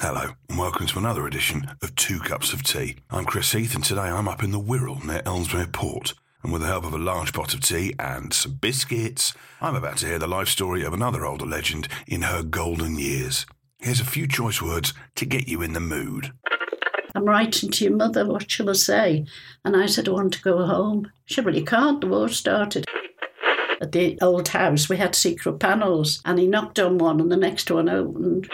Hello, and welcome to another edition of Two Cups of Tea. I'm Chris Heath, and today I'm up in the Wirral near Ellesmere Port. And with the help of a large pot of tea and some biscuits, I'm about to hear the life story of another older legend in her golden years. Here's a few choice words to get you in the mood. I'm writing to your mother, what shall I say? And I said, I want to go home. She really can't, the war started. At the old house, we had secret panels, and he knocked on one, and the next one opened.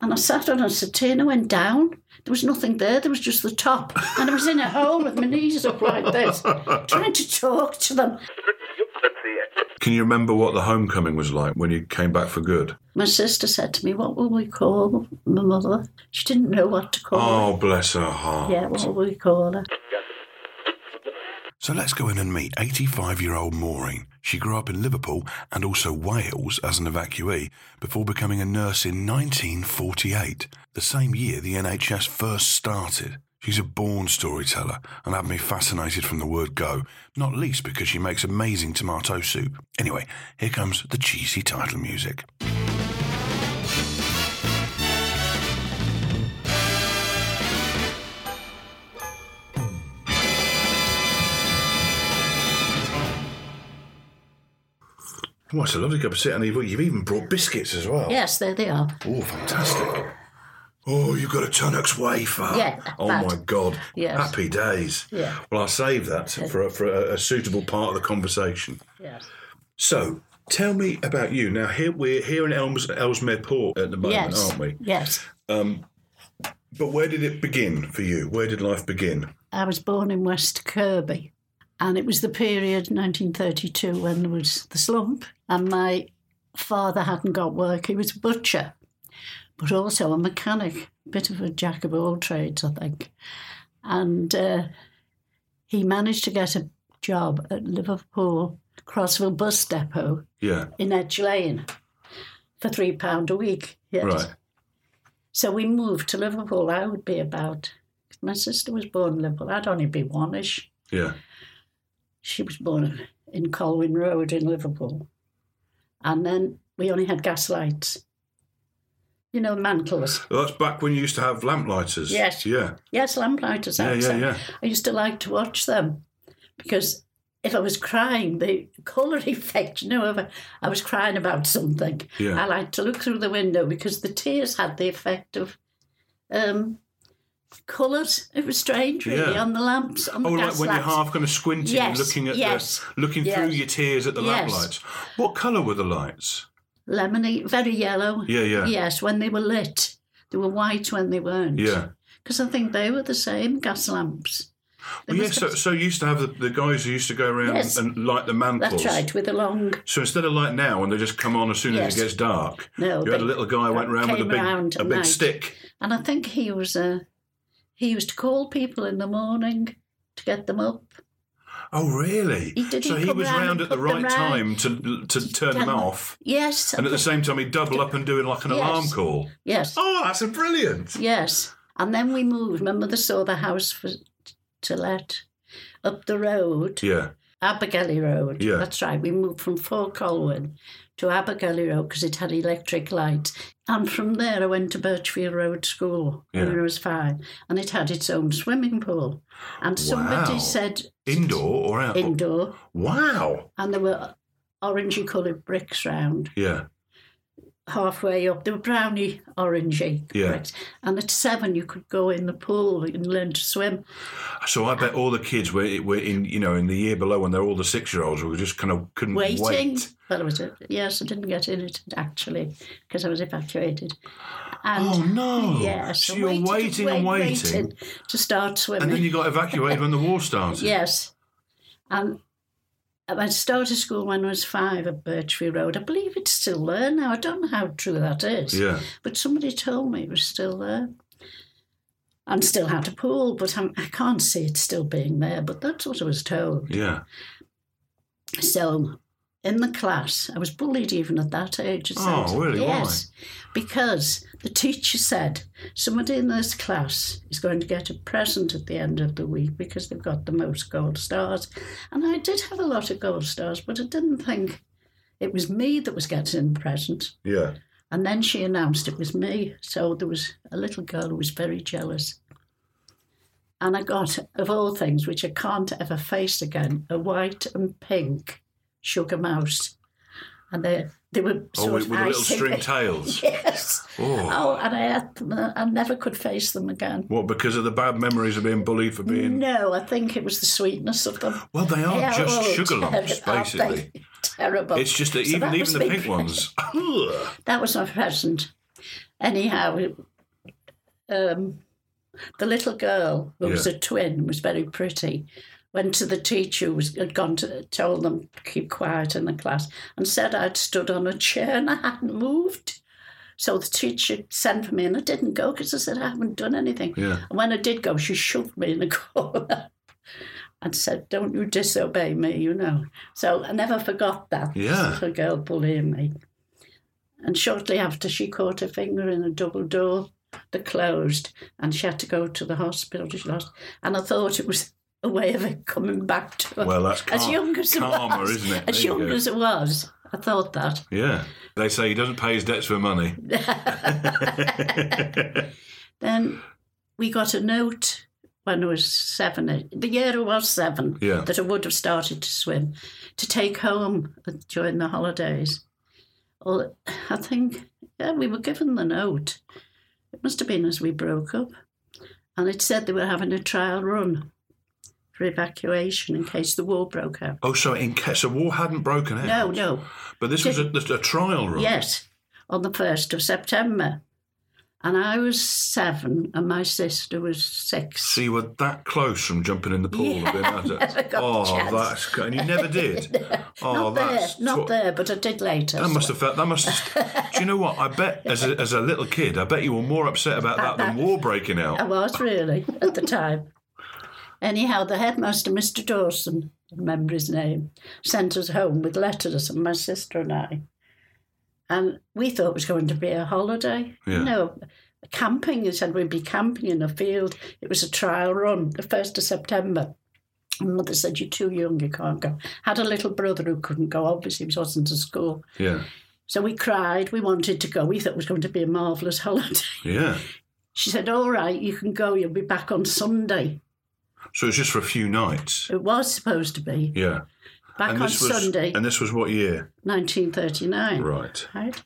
And I sat on a satina, went down. There was nothing there, there was just the top. And I was in a hole with my knees up like this, trying to talk to them. Can you remember what the homecoming was like when you came back for good? My sister said to me, What will we call my mother? She didn't know what to call Oh, bless her heart. her. Yeah, what will we call her? So let's go in and meet 85 year old Maureen. She grew up in Liverpool and also Wales as an evacuee before becoming a nurse in 1948, the same year the NHS first started. She's a born storyteller and had me fascinated from the word go, not least because she makes amazing tomato soup. Anyway, here comes the cheesy title music. Oh, it's a lovely cup of tea. And you've, you've even brought biscuits as well. Yes, there they are. Oh, fantastic. Oh, you've got a Tunnock's wafer. Yeah, Oh, that. my God. Yes. Happy days. Yeah. Well, I'll save that for, a, for a, a suitable part of the conversation. Yes. So, tell me about you. Now, here we're here in Elms, Ellesmere Port at the moment, yes. aren't we? Um, Yes. But where did it begin for you? Where did life begin? I was born in West Kirby, and it was the period 1932 when there was the slump, and my father hadn't got work. He was a butcher, but also a mechanic, bit of a jack of all trades, I think. And uh, he managed to get a job at Liverpool Crossville Bus Depot Yeah. in Edge Lane for three pound a week. Yes. Right. So we moved to Liverpool. I would be about. My sister was born in Liverpool. I'd only be one-ish. Yeah. She was born in Colwyn Road in Liverpool, and then we only had gas lights. You know, mantles. Well, that's back when you used to have lamplighters. Yes. Yeah. Yes, lamplighters Yeah, yeah, outside. yeah. I used to like to watch them because if I was crying, the colour effect, you know, if I, I was crying about something, Yeah. I liked to look through the window because the tears had the effect of um, colours. It was strange, really, Yeah. on the lamps. On Oh, the like gas when you're lamps. half kind of squinting, and Yes, looking at yes, the, looking through yes. your tears at the Yes. lamplights. What colour were the lights? Lemony, very yellow. Yeah, yeah. Yes, when they were lit. They were white when they weren't. Yeah. Because I think they were the same gas lamps. They Well, yeah. must So, have- so you used to have the, the guys who used to go around Yes. and light the mantles. that's right, with a long So instead of light now, and they just come on as soon Yes. as it gets dark. No, you had they a little guy went round with a came round big, a at big night. stick. And I think he was a he used to call people in the morning to get them up. Oh, really? He did, so he'd he come was round round and at the put them right time round. to to turn them Tell off, Yes. I and at the think- same time he'd double up and do like an Yes. alarm call. Yes. Oh, that's a brilliant. Yes. And then we moved. My mother saw the house for to let up the road, Yeah. Abergele Road. Yeah. That's right. We moved from Fort Colwyn to Abergele Road because it had electric lights. And from there, I went to Birchfield Road School when Yeah. I was five, and it had its own swimming pool. And somebody Wow. said Indoor or out? indoor. Wow. and there were orangey coloured bricks round. Yeah. halfway up. They were brownie orangey, Yeah. correct? And at seven, you could go in the pool and learn to swim. So I bet all the kids were, were in, you know, in the year below when they're all the six year olds were just kind of couldn't Waiting. wait. Well, it was a, yes, I didn't get in it actually because I was evacuated. Oh And no! yes, So I you're waited, waiting and wait- waiting, waited to start swimming. and then you got evacuated when the war started. Yes. And I started school when I was five at Birchview Road. I believe it's still there now. I don't know how true that is. Yeah. But somebody told me it was still there. And still had a pool, but I'm, I can't see it still being there. But that's what I was told. Yeah. So in the class, I was bullied even at that age. it Oh, sounds- really? Why? Yes. Because the teacher said somebody in this class is going to get a present at the end of the week because they've got the most gold stars. And I did have a lot of gold stars, but I didn't think it was me that was getting the present. Yeah. And then she announced it was me. So there was a little girl who was very jealous. And I got, of all things, which I can't ever face again, a white and pink sugar mouse. And they, they were Oh, sort with, with of the little icing string it. tails. Yes. Oh. Oh, and I had them. uh, I never could face them again. What? Because of the bad memories of being bullied for being. No, I think it was the sweetness of them. oh, Well, they are just sugar lumps, basically. Terrible. It's just that So even that even was the me- pink ones. Ugh. That was my present. Anyhow, it- um, the little girl who was Yeah. a twin was very pretty. Went to the teacher who was, had gone to told them keep quiet in the class and said I'd stood on a chair and I hadn't moved. So the teacher sent for me and I didn't go because I said I haven't done anything. Yeah. And when I did go, she shoved me in the corner and said, "Don't you disobey me," you know. So I never forgot that. this Yeah. little girl bullying me. And shortly after, she caught her finger in a double door that closed, and she had to go to the hospital. She lost, and I thought it was a way of it coming back to her. Well, that's as car- young as it karma, was, isn't it? As There you young go. as it was, I thought that. Yeah. They say he doesn't pay his debts for money. Then we got a note when I was seven, eh, the year I was seven, Yeah. that I would have started to swim, to take home uh, during the holidays. Well, I think, yeah, we were given the note. It must have been as we broke up. And it said they were having a trial run for evacuation in case the war broke out. Oh, so in case the war hadn't broken out. No, no, But this was a, this- a trial run. Yes, on the 1st of September. And I was seven and my sister was six. So you were that close from jumping in the pool. and being out of- never got oh, the chance. that's good. And you never did. oh, not there, that's not tw- there, but I did later. That must have felt. That must. Have, do you know what? I bet as a, as a little kid, I bet you were more upset about that than war breaking I out. was really at the time. Anyhow, the headmaster, Mr. Dawson, I remember his name, sent us home with letters, and my sister and I. And we thought it was going to be a holiday. Yeah. No, camping. He said we'd be camping in a field. It was a trial run, the 1st of September. And mother said, You're too young, you can't go. Had a little brother who couldn't go, obviously, he wasn't at school. Yeah, So we cried, we wanted to go. We thought it was going to be a marvellous holiday. yeah. She said, All right, you can go. You'll be back on Sunday. So it's just for a few nights. It was supposed to be Yeah. back on was, Sunday, And this was what year? 1939. Right. Right?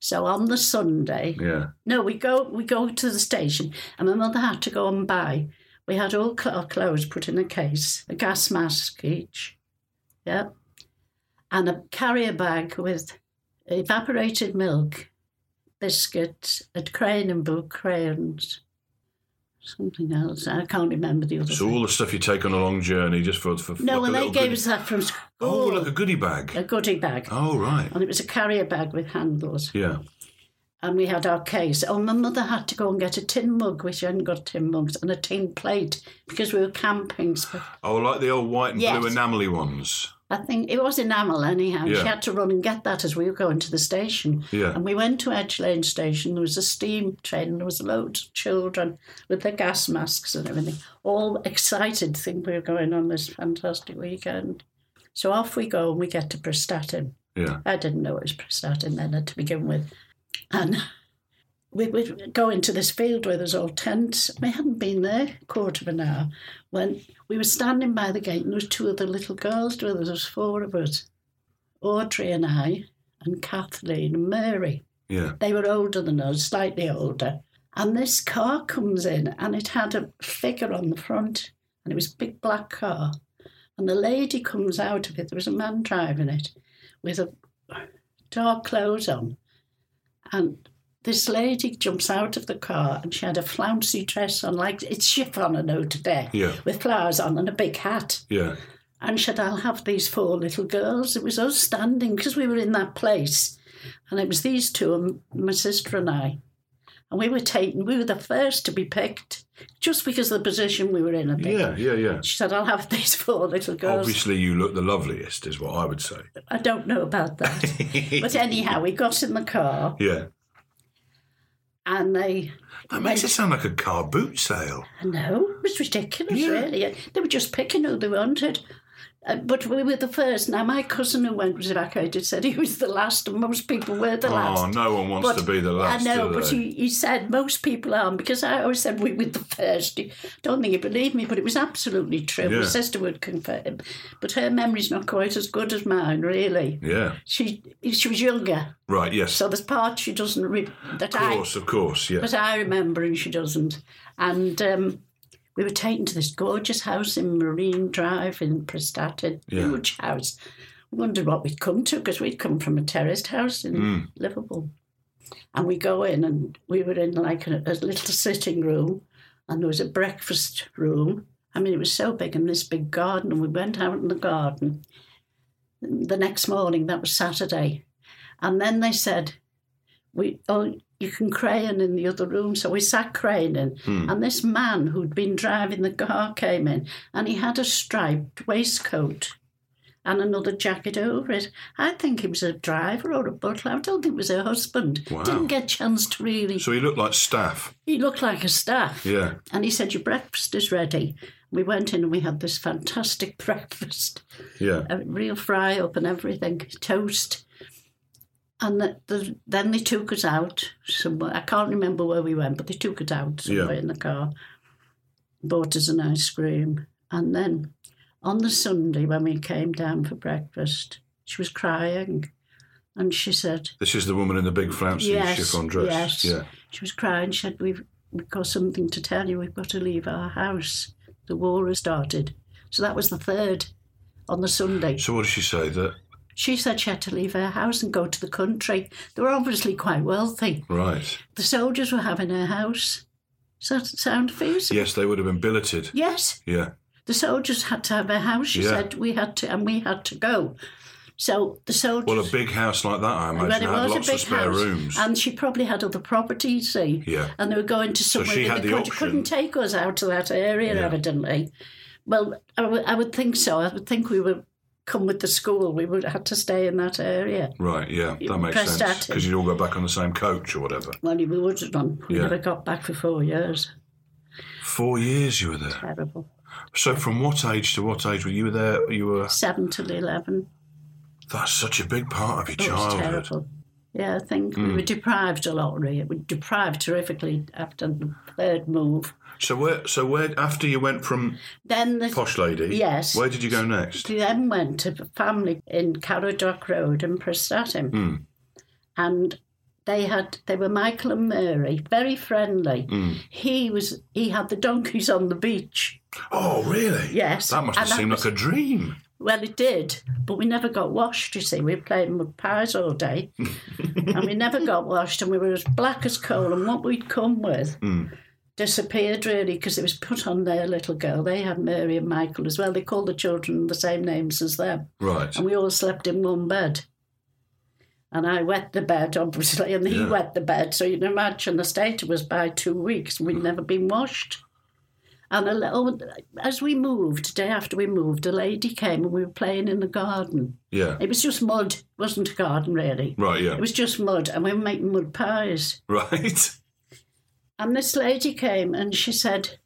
So on the Sunday, Yeah. no, we go we go to the station, and my mother had to go and buy. We had all cl- our clothes put in a case, a gas mask each, yeah, and a carrier bag with evaporated milk, biscuits, a crayon and book crayons, something else. I can't remember the other. So thing. all the stuff you take on a long journey just for for No, like and a they little gave goodie- us that from school. Oh, like a goodie bag. a goodie bag. Oh right. And it was a carrier bag with handles. Yeah. And we had our case. Oh, my mother had to go and get a tin mug, which I hadn't got tin mugs, and a tin plate because we were camping. So Oh, like the old white and Yes. blue enamelly ones. I think it was enamel anyhow. Yeah. She had to run and get that as we were going to the station. Yeah. And we went to Edge Lane Station. There was a steam train. There was loads of children with their gas masks and everything, all excited to think we were going on this fantastic weekend. So off we go and we get to Prestatyn. Yeah. I didn't know it was Prestatyn then to begin with. And we would go into this field where there's all tents. We hadn't been there a quarter of an hour when we were standing by the gate and there was two other little girls with us. There was four of us, Audrey and I, and Kathleen and Mary. Yeah. They were older than us, slightly older. And this car comes in and it had a figure on the front and it was a big black car. And the lady comes out of it, there was a man driving it with a dark clothes on. And this lady jumps out of the car and she had a flouncy dress on, like it's chiffon, I know today, Yeah. with flowers on and a big hat. Yeah. And said, I'll have these four little girls. It was us standing because we were in that place. And it was these two, and my sister and I. And we were taken, we were the first to be picked just because of the position we were in. I think. Yeah. Yeah. Yeah. She said, I'll have these four little girls. Obviously, you look the loveliest, is what I would say. I don't know about that. but anyhow, we got in the car Yeah. and they That makes it sound like a car boot sale. I know. It was ridiculous, Yeah. really. They were just picking who they wanted. Uh, but we were the first. Now, my cousin who went was evacuated said he was the last, and most people were the Oh, last. no one wants to be the last, I know, do but they? he, he said most people aren't because I always said we were the first. I don't think he believed me, but it was absolutely true. Yeah. My sister would confirm. But her memory's not quite as good as mine, really. Yeah. She she was younger, Right. Yes. so there's part she doesn't re- that of I course. Of course. Yeah. but I remember and she doesn't. And um, we were taken to this gorgeous house in Marine Drive in Prestatyn, Yeah. huge house. We wondered what we'd come to because we'd come from a terraced house Hmm. in Mm. Liverpool. And we go in and we were in like a, a little sitting room and there was a breakfast room. I mean, it was so big and this big garden and we went out in the garden. The next morning, that was Saturday. And then they said, we oh you can crane in the other room so we sat craning Hmm. and this man who'd been driving the car came in and he had a striped waistcoat and another jacket over it. I think he was a driver or a butler. I don't think it was her husband. Wow. Didn't get a chance to really. So he looked like staff. He looked like a staff. Yeah. And he said, Your breakfast is ready. We went in and we had this fantastic breakfast Yeah. a real fry up and everything, toast. And the, the, then they took us out somewhere. I can't remember where we went, but they took us out somewhere Yeah. in the car, bought us an ice cream. And then on the Sunday, when we came down for breakfast, she was crying. And she said, This is the woman in the big flouncy Yes, chiffon dress. yes. Yeah. She was crying. She said, We've, we've got something to tell you. We've got to leave our house. The war has started. So that was the third on the Sunday. So what did she say? That She said she had to leave her house and go to the country. They were obviously quite wealthy. right? The soldiers were having her house. Does that sound feasible? Yes, they would have been billeted. Yes, Yeah. the soldiers had to have her house. She Yeah. said we had to, and we had to go. So the soldiers. Well, a big house like that, I Well, imagine, had lots of spare rooms. and she probably had other properties. See, Yeah. and they were going to somewhere. she had that they the could, option. couldn't take us out of that area, Yeah. evidently. Well, I would- I would think so. I would think we would come with the school. We would have to stay in that area. Right, yeah, You that makes pressed sense. at it. Because you'd all go back on the same coach or whatever. Well, we would have done. We Yeah. never got back for four years. Four years you were there. Terrible. So from what age to what age were you there? You were. Seven till eleven. That's such a big part of your It was childhood. Hmm. terrible. Yeah, I think we were deprived a lot, really. We were deprived terrifically after the third move. So where? So where? After you went from Then the, posh lady. Yes. Where did you go next? we then went to a family in Carradoc Road in Prestatyn. Hmm. And they had they were Michael and Mary, very friendly. Hmm. He was he had the donkeys on the beach. Oh, really? Yes, That must have and that seemed was- like a dream. Well, it did, but we never got washed, you see. We were playing with pies all day and we never got washed, and we were as black as coal. And what we'd come with Hmm. disappeared really because it was put on their little girl. They had Mary and Michael as well. They called the children the same names as them, Right. and we all slept in one bed. And I wet the bed, obviously, and he Yeah. wet the bed. So you can imagine the state was by two weeks. Hmm. We'd never been washed. And a little, as we moved, day after we moved, a lady came and we were playing in the garden. Yeah. It was just mud, it wasn't a garden really. Right. Yeah. It was just mud, and we were making mud pies. Right. And this lady came and she said,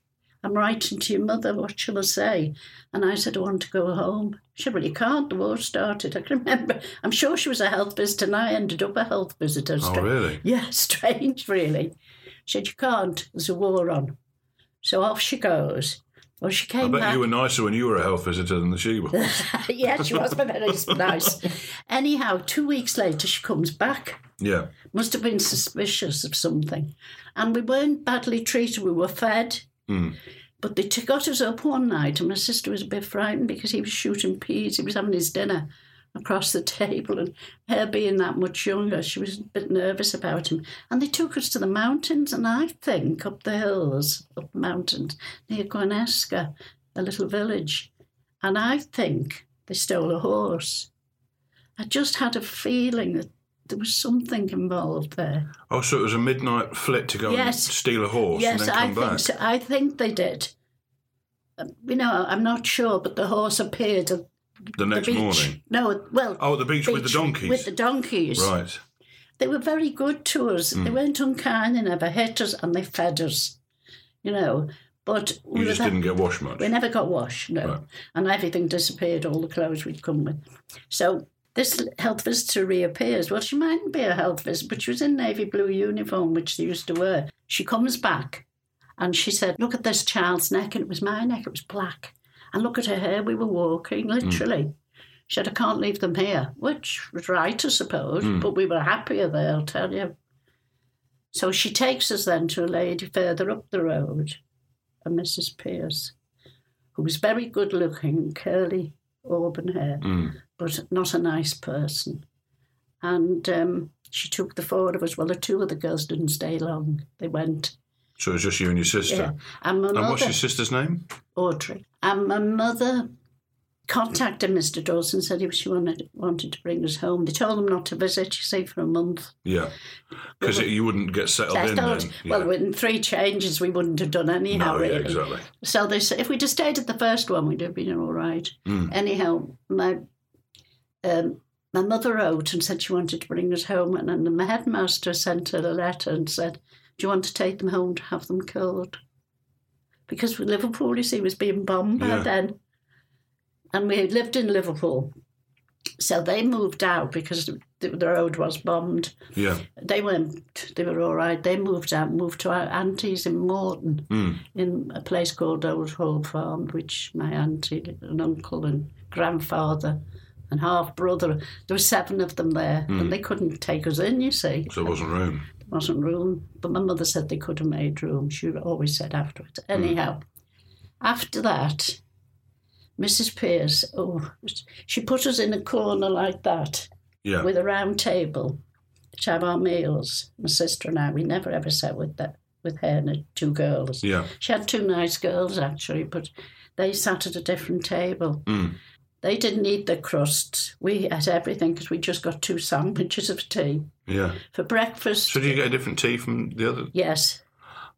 I'm writing to your mother, what shall I say? And I said, I want to go home. She said, Well, you can't, the war started. I can remember, I'm sure she was a health visitor, and I ended up a health visitor. Oh, really? Yeah, strange, really. She said, You can't, there's a war on. So off she goes. Well, she I came bet back. you were nicer when you were a health visitor than she was. yeah, she was very nice. Anyhow, two weeks later, she comes back. yeah. Must have been suspicious of something. And we weren't badly treated, we were fed. Mm. But they t- got us up one night, and my sister was a bit frightened because he was shooting peas. He was having his dinner across the table, and her being that much younger, she was a bit nervous about him. And they took us to the mountains, and I think up the hills, up the mountains near Guanesca, a little village. And I think they stole a horse. I just had a feeling that there was something involved there. Oh, so it was a midnight flit to go and Yes. steal a horse Yes, and then come I back. think so. I think they did. Um, You know, I'm not sure, but the horse appeared at The next the beach. morning. No, well, Oh, at the beach, with the donkeys. With the donkeys, Right. Mm. They were very good to us. They weren't unkind. They never hit us, and they fed us. You know, but You we just were- didn't get washed much. we never got washed, no. Right. And everything disappeared, all the clothes we'd come with. So this health visitor reappears. Well, she mightn't be a health visitor, but she was in navy blue uniform, which they used to wear. She comes back and she said, Look at this child's neck. And it was my neck, it was black. And look at her hair. We were walking, literally. She said, I can't leave them here, which was right, I suppose, but we were happier there, I'll tell you. So she takes us then to a lady further up the road, a Mrs. Pierce, who was very good looking, curly auburn hair, Mm. but not a nice person. And um, she took the four of us. Well, the two of the girls didn't stay long. They went. So it was just you and your sister. Yeah. And my And what's mother, your sister's name? Audrey, and my mother contacted Mr. Dawson, said if she wanted, wanted to bring us home. They told them not to visit, you see, for a month. Yeah. Because you wouldn't get settled in Settled. Oh, then. Well, Yeah. within three changes, we wouldn't have done anyhow, no, really. yeah, exactly. So they said if we'd have stayed at the first one, we'd have been all right. Mm. Anyhow, my um, my mother wrote and said she wanted to bring us home, and then the headmaster sent her a letter and said, "Do you want to take them home to have them killed?" Because Liverpool, you see, was being bombed by Yeah. then, and we had lived in Liverpool, so they moved out because the, the road was bombed. Yeah. They went, they were all right. They moved out, moved to our aunties in Morton Mm. in a place called Old Hall Farm, which my auntie and uncle and grandfather and half brother, there were seven of them there, and they couldn't take us in, you see. So it wasn't room. There wasn't room. But my mother said they could have made room. She always said afterwards. Anyhow, after that, Mrs. Pierce, oh, she put us in a corner like that Yeah. with a round table to have our meals. My sister and I, we never ever sat with that with her and her two girls. yeah. She had two nice girls actually, but they sat at a different table. Mm. They didn't eat the crusts. We had everything because we just got two sandwiches of tea Yeah. for breakfast. So do you get a different tea from the other? yes,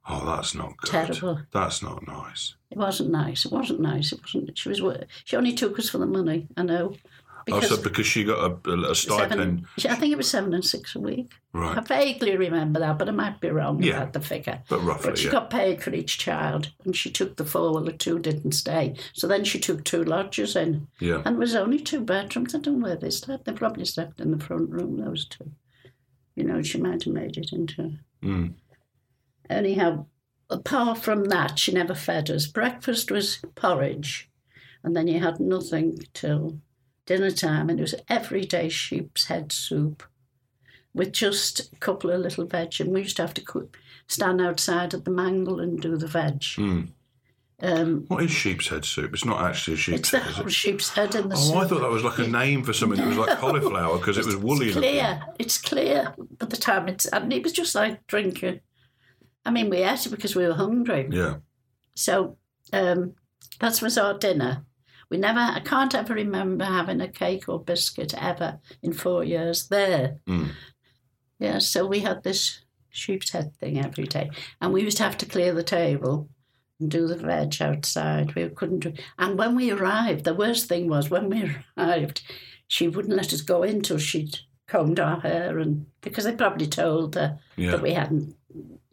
Oh, that's not good. Terrible. That's not nice. it wasn't nice. It wasn't nice. It wasn't. She was. wor- She only took us for the money. I know. oh, so because she got a, a, a stipend. seven, I think it was seven and six a week. I Right. vaguely remember that, but I might be wrong Yeah. about the figure. But roughly, But she yeah. got paid for each child, and she took the four, well, the two didn't stay. So then she took two lodgers in, Yeah. and it was only two bedrooms. I don't know where they slept. They probably slept in the front room, those two. You know, she might have made it into. Mm. Anyhow, apart from that, she never fed us. Breakfast was porridge, and then you had nothing till dinner time, and it was everyday sheep's head soup with just a couple of little veg. And we used to have to cook, stand outside at the mangle and do the veg. Mm. Um, What is sheep's head soup? It's not actually a sheep's it's the head. is whole it? sheep's head in the Oh, soup. I thought that was like a name for something that was like cauliflower because it was woolly. It's looking. clear. It's clear. But the time it's and it was just like drinking. I mean, we ate it because we were hungry. Yeah. So um, that was our dinner. We never. I can't ever remember having a cake or biscuit ever in four years there. Mm. Yeah. So we had this sheep's head thing every day, and we used to have to clear the table. And do the veg outside. We couldn't do. And when we arrived, the worst thing was when we arrived, she wouldn't let us go in till she'd combed our hair, and because they probably told her Yeah. that we hadn't,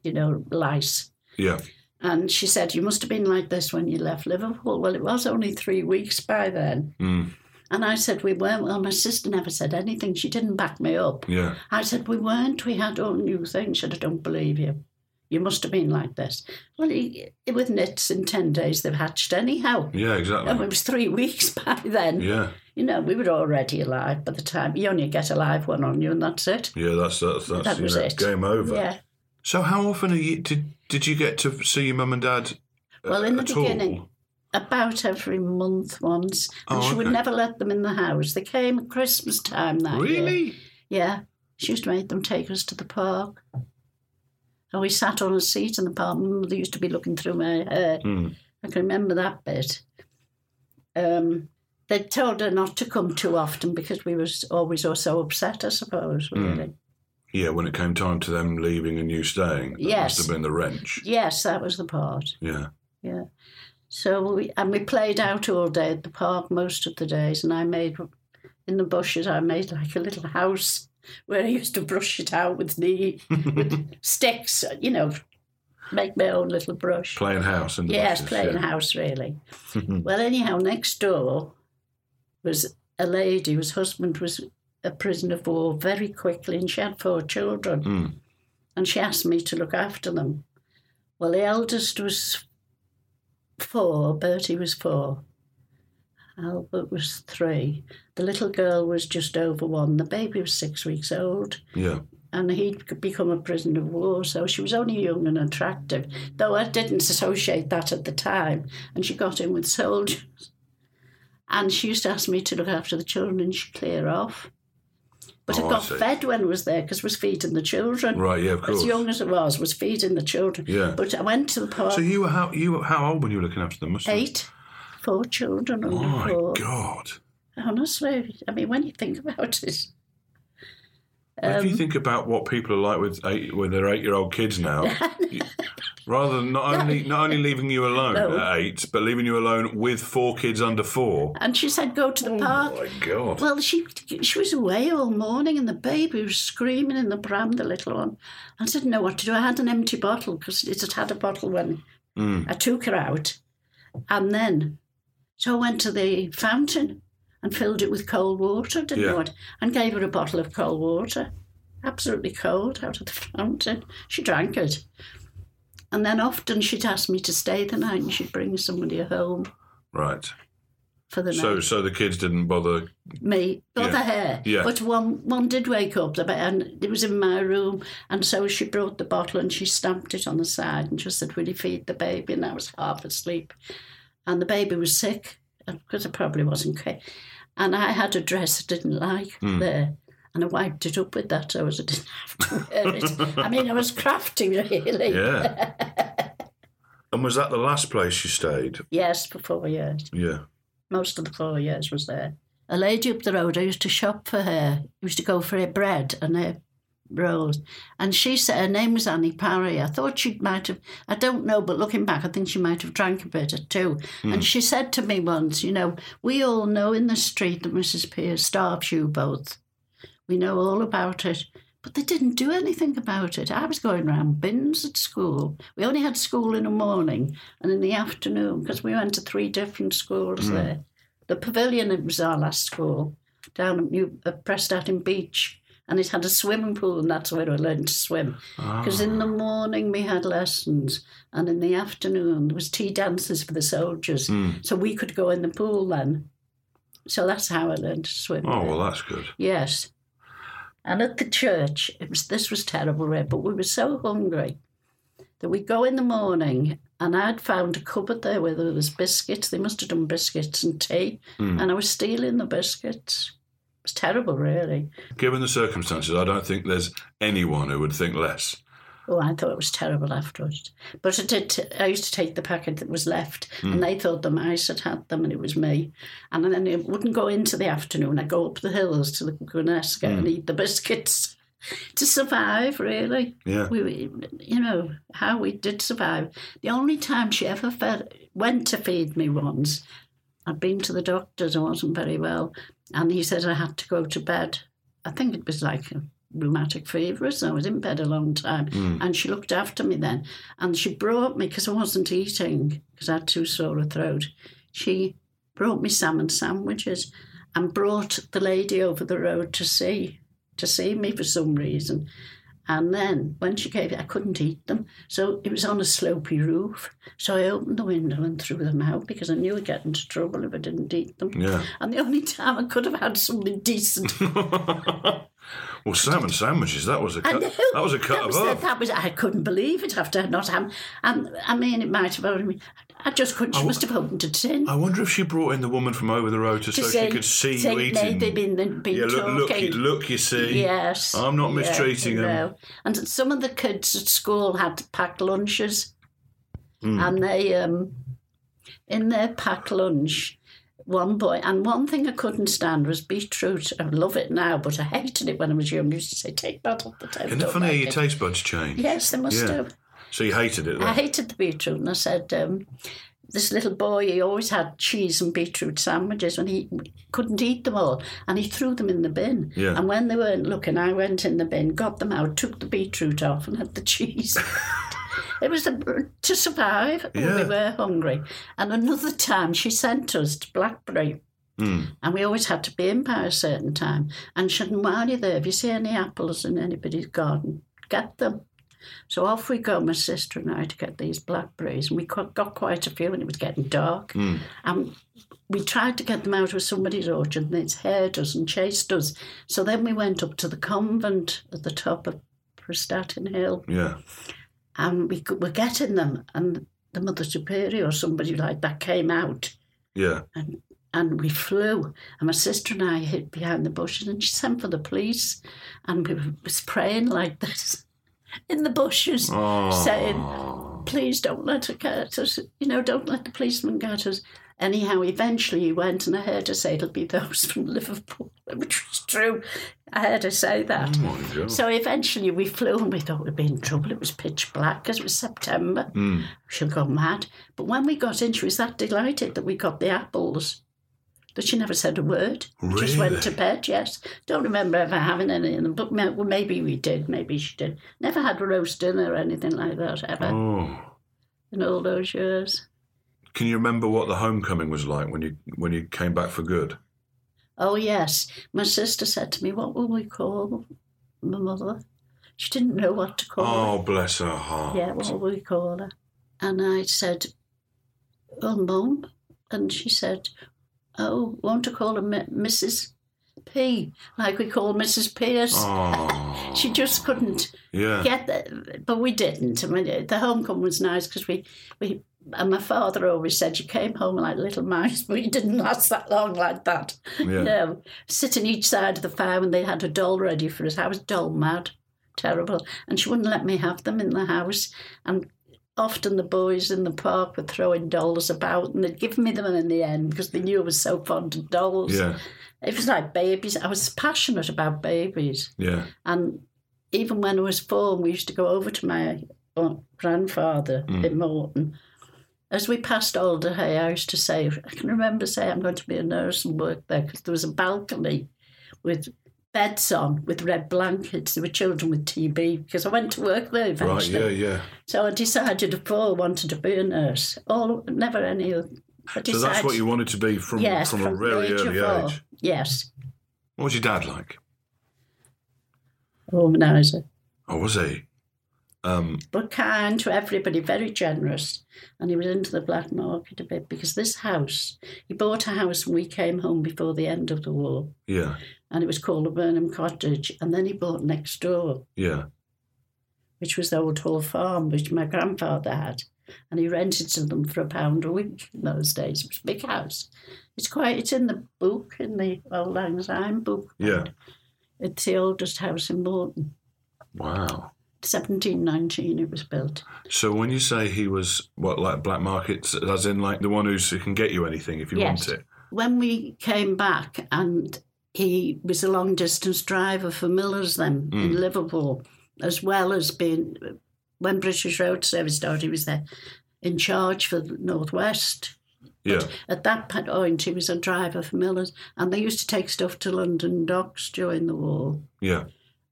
you know, lice. Yeah. And she said, You must have been like this when you left Liverpool. Well, it was only three weeks by then. Mm. And I said, We weren't. Well, my sister never said anything. She didn't back me up. Yeah. I said, We weren't. We had all new things. She said, I don't believe you. You must have been like this. Well, he, with nits in 10 days, they've hatched anyhow. Yeah, exactly. And it was three weeks by then. Yeah. You know, we were already alive by the time. You only get a live one on you, and that's it. Yeah, that's that's, that's That you was know, it. game over. Yeah. So how often are you did did you get to see your mum and dad? uh, Well, in the at beginning, all? about every month once. And Oh, she would okay. never let them in the house. They came at Christmas time that year. really? Yeah. She used to make them take us to the park. And we sat on a seat in the park. My mother used to be looking through my hair. Hmm. I can remember that bit. Um, they told her not to come too often because we was always so upset, I suppose. Really. Hmm. Yeah, when it came time to them leaving and you staying, that Yes. must have been the wrench. Yes, that was the part. Yeah, Yeah. So we and we played out all day at the park most of the days, and I made in the bushes. I made like a little house where I used to brush it out with knee with sticks. You know, make my own little brush. playing house and yes, bushes, playing yeah. house really. well, anyhow, next door was a lady whose husband was a prisoner of war very quickly, and she had four children Hmm. and she asked me to look after them. Well, the eldest was four, Bertie was four, Albert was three, the little girl was just over one, the baby was six weeks old, Yeah, and he'd become a prisoner of war, so she was only young and attractive, though I didn't associate that at the time, and she got in with soldiers. And she used to ask me to look after the children and she'd clear off. But Oh, I I got see. fed when I was there because I was feeding the children right. Yeah, of course. as young as I was, was feeding the children. Yeah. But I went to the park, so you were how you were how old when you were looking after them? must have- Um, eight, four children under My four. God! Honestly, I mean, when you think about it, Um, if you think about what people are like with eight, with their eight-year-old kids now, you- rather than not only not only leaving you alone No. at eight, but leaving you alone with four kids under four. and she said, go Oh, to the Uh, park. My God! Well, she she was away all morning, and the baby was screaming in the pram, the little one. I didn't know what to do. I had an empty bottle because it had had a bottle when Mm, I took her out, and then so I went to the fountain and filled it with cold water. Didn't Yeah. know what, and gave her a bottle of cold water, absolutely cold out of the fountain. She drank it, and then often she'd ask me to stay the night, and she'd bring somebody home Right. for the night So so the kids didn't bother. me, bother Yeah. her. Yeah. But one one did wake up, the- and it was in my room, and so she brought the bottle and she stamped it on the side and just said, "Will you feed the baby?" And I was half asleep, and the baby was sick because I probably wasn't care. And I had a dress I didn't like Hmm. there. And I wiped it up with that so as I didn't have to wear it. I mean, I was crafty, really. Yeah. and was that the last place you stayed? Yes, for four years. Yeah. most of the four years was there. A lady up the road, I used to shop for her. I used to go for her bread and her rolls. And she said her name was Annie Parry. I thought she might have, I don't know, but looking back, I think she might have drank a bit or two. And she said to me once, you know, we all know in the street that Mrs. Pierce starves you both. We know all about it. But they didn't do anything about it. I was going round bins at school. We only had school in the morning and in the afternoon because we went to three different schools Hmm. there. The pavilion was our last school down at, New, at Prestatyn Beach and it had a swimming pool and that's where I learned to swim. Ah. Because in the morning we had lessons and in the afternoon there was tea dances for the soldiers. Ah. Hmm. Mm. So we could go in the pool then. So that's how I learned to swim. Oh there. well, that's good. Yes. And at the church, it was this was terrible, Red, but we were so hungry that we'd go in the morning and I'd found a cupboard there where there was biscuits. They must have done biscuits and tea. And I was stealing the biscuits. It was terrible, really. Given the circumstances, I don't think there's anyone who would think less. Oh, I thought it was terrible afterwards. But I did. I used to take the packet that was left, and they thought the mice had had them, and it was me. And then it wouldn't go into the afternoon. I'd go up the hills to the Gunesca and eat the biscuits to survive. Really, Yeah. we, were- you know, how we did survive. The only time she ever fed, went to feed me once, I'd been to the doctor's. I wasn't very well, and he said I had to go to bed. I think it was like a rheumatic fever, so I was in bed a long time. Mm. And she looked after me then, and she brought me because I wasn't eating because I had too sore a throat. She brought me salmon sandwiches, and brought the lady over the road to see to see me for some reason. And then when she gave it, I couldn't eat them. So it was on a slopy roof. So I opened the window and threw them out because I knew I'd get into trouble if I didn't eat them. Yeah. And the only time I could have had something decent. Well, salmon sandwiches. That was a I cut. know. That was a cut that was, above. that was- I couldn't believe it after not having. And I mean, it might have only. I just couldn't. She I- must have opened a tin. I wonder if she brought in the woman from over the road to, so she could see you think eating. Maybe been, been yeah, look, talking. look, you- look, you see. Yes. I'm not Yeah, mistreating them. no. And some of the kids at school had packed lunches, Mm. and they, um, in their packed lunch, one boy, and one thing I couldn't stand was beetroot. I love it now, but I hated it when I was young. I used to say, take that off the table. Isn't it don't funny how like your it." taste buds change? Yes, they must Yeah. have. So you hated it then? I hated the beetroot, and I said, um, this little boy, he always had cheese and beetroot sandwiches, and he couldn't eat them all, and he threw them in the bin. Yeah. And when they weren't looking, I went in the bin, got them out, took the beetroot off, and had the cheese. it was the, to survive. Yeah. We were hungry. And another time, she sent us to Blackberry. Mm. And we always had to be in by a certain time. And she said, while you're there, if you see any apples in anybody's garden, get them. So off we go, my sister and I, to get these blackberries. And we qu- got quite a few, and it was getting dark. Mm. hmm, And we tried to get them out of somebody's orchard, and it's heard us and chased us. So then we went up to the convent at the top of Prestatyn Hill Yeah. and we could, were getting them. And the Mother Superior or somebody like that came out Yeah. and and we flew. And my sister and I hid behind the bushes, and she sent for the police, and we were spraying like this in the bushes, Oh. Ah. saying, "Please don't let her get us. You know, don't let the policeman get us." Anyhow, eventually he went, and I heard her say, "It'll be those from Liverpool," which was true. I heard her say that. Oh my God. So eventually we flew and we thought we'd be in trouble. It was pitch black because it was September. Mm. She'll go mad. But when we got in, she was that delighted that we got the apples that she never said a word. Just Really? went to bed, yes. Don't remember ever having any of them, but ma- well, maybe we did, maybe she did. Never had a roast dinner or anything like that ever Oh. in all those years. Can you remember what the homecoming was like when you when you came back for good? Oh, yes. My sister said to me, What will we call my mother? She didn't know what to call her. Oh, bless her heart. Yeah, what will we call her? And I said, Well, Mum. And she said, Oh, want to call her Mi- Mrs. P, like we call Mrs. Pierce. Oh. She just couldn't yeah. get that, but we didn't. I mean, the homecoming was nice because we, we, and my father always said, You came home like little mice, but you didn't last that long like that. Yeah. No, Um, sitting each side of the fire when they had a doll ready for us. I was doll mad, terrible. And she wouldn't let me have them in the house. And often the boys in the park were throwing dolls about and they'd give me them in the end because they knew I was so fond of dolls. Yeah. It was like babies. I was passionate about babies. Yeah. And even when I was four, we used to go over to my uh, grandfather Mm. in Morton. As we passed Alder Hay, I used to say, I can remember saying, I'm going to be a nurse and work there because there was a balcony with beds on with red blankets. There were children with TB because I went to work there eventually. Right. Yeah. Yeah. So I decided at four I wanted to be a nurse. All never any. other- So I that's decided- what you wanted to be from yes, from, a very the age of early four. age. Yes, What was your dad like? a womanizer. Oh, was he? Um. but kind to everybody, very generous. And he was into the black market a bit because this house, he bought a house when we came home before the end of the war, Yeah. and it was called a Burnham Cottage. And then he bought next door, Yeah. which was the old Hall Farm, which my grandfather had. And he rented to them for a pound a week in those days. It was a big house. It's quite, it's in the book, in the Old Lang Syne book. Yeah. It's the oldest house in Morton. Wow. 1719 it was built. So when you say he was what like black markets, as in like the one who's, who can get you anything if you Yes. want it. when we came back and he was a long distance driver for Miller's then in Liverpool, as well as being when British Road Service started, he was there in charge for the Northwest. Yeah. At that point, he was a driver for Miller's, and they used to take stuff to London docks during the war. Yeah.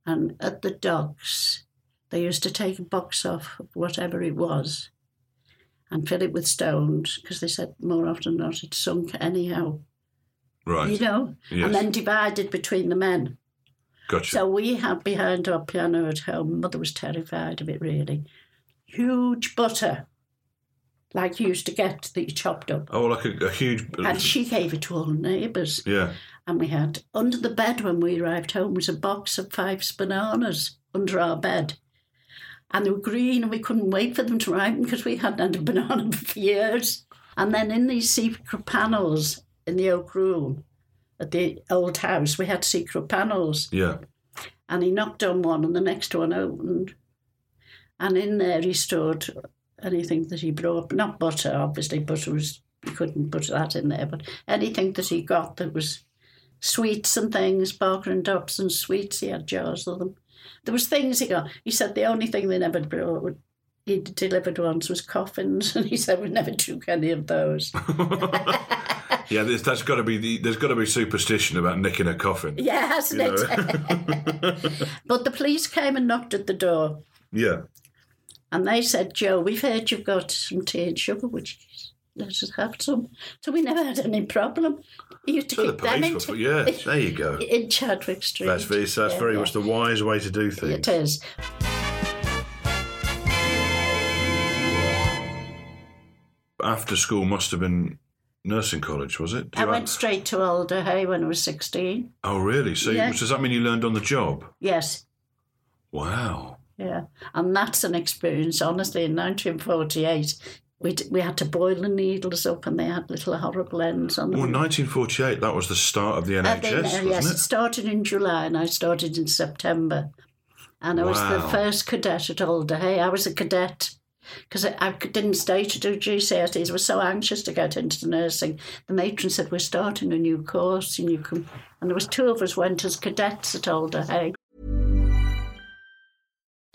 And at the docks, they used to take a box off of whatever it was and fill it with stones because they said more often than not it sunk anyhow Right. you know, Yes. and then divided between the men. Gotcha. So we had behind our piano at home. Mother was terrified of it, really. Huge butter, like you used to get that you chopped up. oh, like a, a huge. And she gave it to all the neighbours. yeah. And we had under the bed when we arrived home was a box of five bananas under our bed. And they were green and we couldn't wait for them to ripen because we hadn't had a banana for years. And then in these secret panels in the oak room at the old house, we had secret panels. Yeah. And he knocked on one and the next one opened. And in there he stored anything that he brought, not butter, obviously, butter was, he couldn't put that in there, but anything that he got that was sweets and things, Barker and Dobson sweets, he had jars of them. There was things he got. He said the only thing they never brought, would- he delivered once, was coffins, and he said we never took any of those. Yeah, there's, that's got to be the, there's got to be superstition about nicking a coffin. yeah, hasn't You it? but the police came and knocked at the door. Yeah. And they said, Joe, we've heard you've got some tea and sugar, which is, let us have some. So we never had any problem. He used to So the keep them police in, were. Yeah. There you go. in Chadwick Street. That's very, that's Yeah, very yeah. much the wise way to do things. It is. After school must have been nursing college, was it? Do I you went have- straight to Alder Hey when I was 16. Oh, really? So, you- Yeah. does that mean you learned on the job? Yes, Wow. yeah. And that's an experience, honestly, in 1948. We, d- we had to boil the needles up and they had little horrible ends on them. Well, 1948, that was the start of the Uh, they- NHS, uh, wasn't yes, it? it? started in July and I started in September. And I was the Wow. first cadet at Alder Hey. I was a cadet because I, I didn't stay to do GCSEs. I was so anxious to get into nursing. The matron said, We're starting a new course and you can. And there was two of us went as cadets at Alder Hey.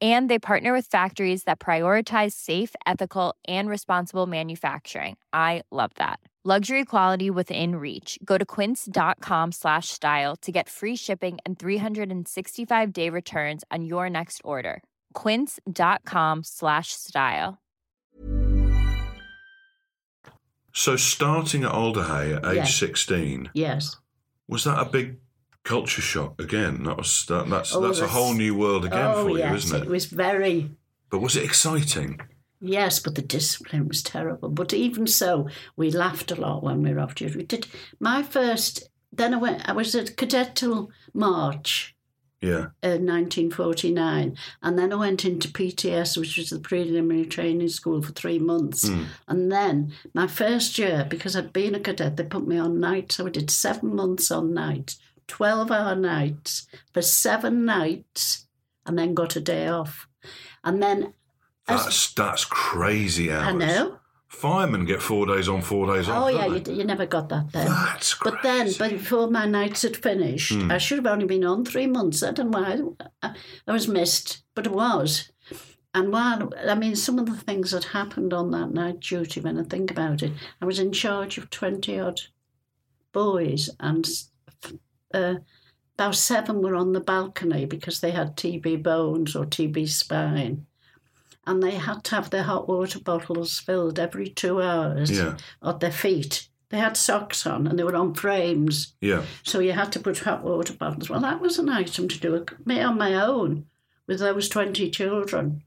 And they partner with factories that prioritize safe, ethical, and responsible manufacturing. I love that. Luxury quality within reach. Go to quince.com slash style to get free shipping and 365 day returns on your next order. Quince.com slash style. So, starting at Alderhay at age Yeah. 16, Yes. was that a big culture shock again? That was that, that's Oh, that's a that's- whole new world again oh, for yes. you, isn't it? was very. But was it exciting? Yes, but the discipline was terrible. But even so, we laughed a lot when we were off duty. We did my first. Then I went. I was at cadet till March, Yeah. uh, 1949. And then I went into PTS, which was the preliminary training school, for three months. And then my first year, because I'd been a cadet, they put me on night. So I did seven months on night, 12 hour nights for seven nights, and then got a day off. And then, as- That's that's crazy hours. I know. Firemen get four days on, four days off. Oh, yeah, don't you, they? d- you never got that then. That's But then, crazy. but before my nights had finished, I should have only been on three months. I don't know why I, I was missed, but it was. And while, I mean, some of the things that happened on that night duty, when I think about it, I was in charge of 20 odd boys, and uh, about seven were on the balcony because they had TB bones or TB spine. And they had to have their hot water bottles filled every two hours Yeah. at their feet They had socks on and they were on frames. Yeah. So you had to put hot water bottles. Well, that was an item to do me on my own with those 20 children.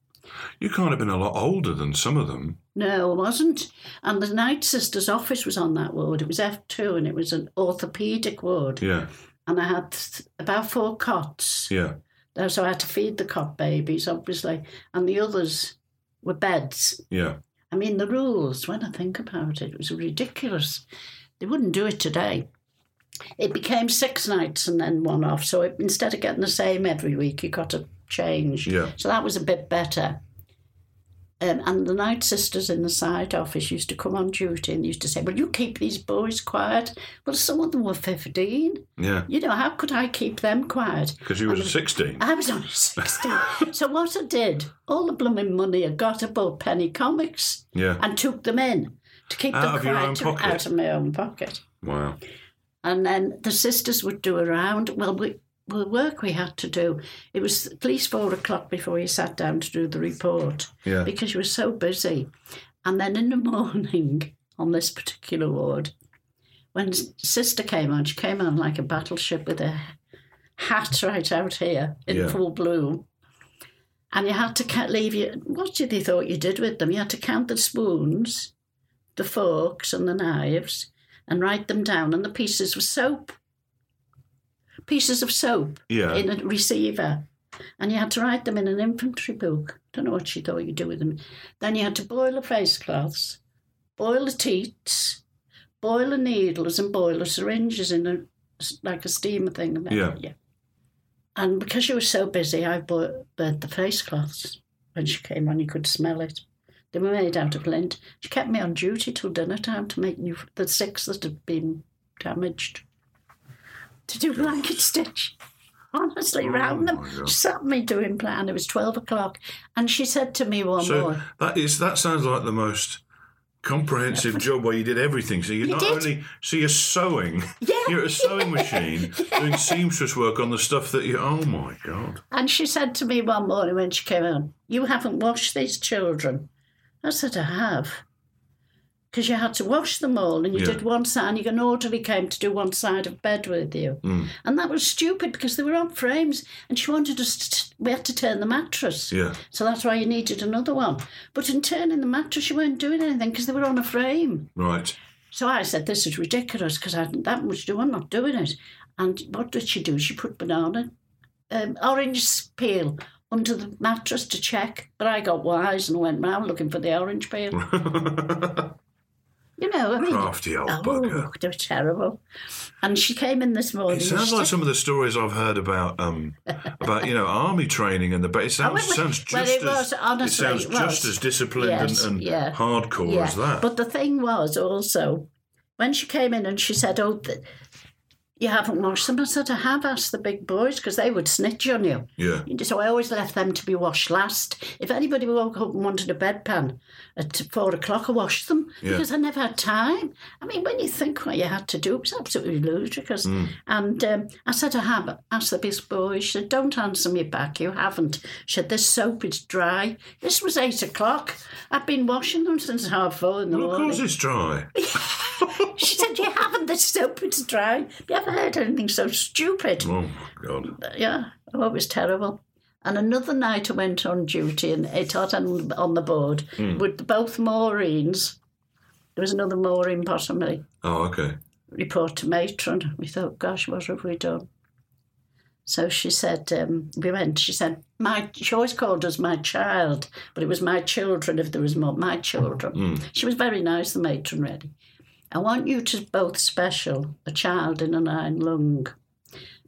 You can't have been a lot older than some of them. No, I wasn't. And the night sister's office was on that ward. It was F2 and it was an orthopaedic ward. Yeah. And I had th- about four cots. Yeah. Uh, So I had to feed the cot babies, obviously. And the others were beds. Yeah. I mean, the rules, when I think about it, it was ridiculous. They wouldn't do it today. It became six nights and then one off. So it, instead of getting the same every week, you got a change. Yeah. So that was a bit better. Um, and the night sisters in the side office used to come on duty and used to say, Well, you keep these boys quiet. Well, some of them were 15. Yeah. You know, how could I keep them quiet? Because you was 16. I was only 16. so what I did, all the blooming money I got, I bought penny comics Yeah. and took them in to keep Out them of your quiet own to- pocket? out of my own pocket. Wow. And then the sisters would do a round. Well, we, the work we had to do, it was at least four o'clock before you sat down to do the report Yeah. because you were so busy. And then in the morning on this particular ward, when s- sister came on, she came on like a battleship with a hat right out here in Yeah. full bloom. And you had to ca- leave you. What did they thought you did with them? You had to count the spoons, the forks, and the knives, and write them down. And the pieces of soap, pieces of soap Yeah. in a receiver, and you had to write them in an infantry book. Don't know what she thought you'd do with them. Then you had to boil the face cloths, boil the teats, boil the needles, and boil the syringes in a like a steamer thing. Yeah. And because you were so busy, I bought, burnt the face cloths. When she came on, you could smell it. They were made out of lint. She kept me on duty till dinner time to make new the six that had been damaged to do blanket stitch. Honestly, Oh round them. my God. She sat me doing plan. It was 12 o'clock. And she said to me one So more. that is that sounds like the most comprehensive job where you did everything. So you You not did. only so you're sewing, Yeah. you're a sewing machine doing seamstress work on the stuff that you. Oh my god! And she said to me one morning when she came on, You haven't washed these children. I said, I have. Because you had to wash them all and you Yeah. did one side, and you an orderly came to do one side of bed with you. Mm. And that was stupid because they were on frames and she wanted us to, we had to turn the mattress. Yeah, So that's why you needed another one. But in turning the mattress, you weren't doing anything because they were on a frame. right. So I said, "This is ridiculous because I hadn't that much to do. I'm not doing it." And what did she do? She put banana, um, orange peel under the mattress to check. But I got wise and went round looking for the orange peel. You know, I mean, Crafty old oh, bugger. they were terrible. And she came in this morning. It sounds she like said- some of the stories I've heard about, um, about you know army training and the. But it Oh, sounds it was- sounds just well, it was, as honestly, it sounds it just was. as disciplined Yes, and, and yeah. hardcore as that. But the thing was also, when she came in and she said, "Oh, th- you haven't washed them," I said, "I have asked the big boys because they would snitch on you." yeah, So I always left them to be washed last. If anybody woke up and wanted a bedpan at four o'clock, I washed them Yeah. because I never had time. I mean, when you think what you had to do, it was absolutely ludicrous. Hmm. And um, I said, I have asked the big boy. She said, Don't answer me back. You haven't. She said, This soap is dry. This was eight o'clock. I've been washing them since half four in the well, of course morning. it's dry. She said, You haven't. This soap is dry. Have you ever heard anything so stupid? Oh my god! yeah, oh, it was terrible. And another night I went on duty and it had on, on the board with both Maureens. There was another Maureen possibly Oh okay. report to matron. We thought, gosh, what have we done? So she said, um, we went, she said, my, she always called us my child, but it was my children if there was more, my children. Mm. She was very nice, the matron, really. I want you to both special a child in an iron lung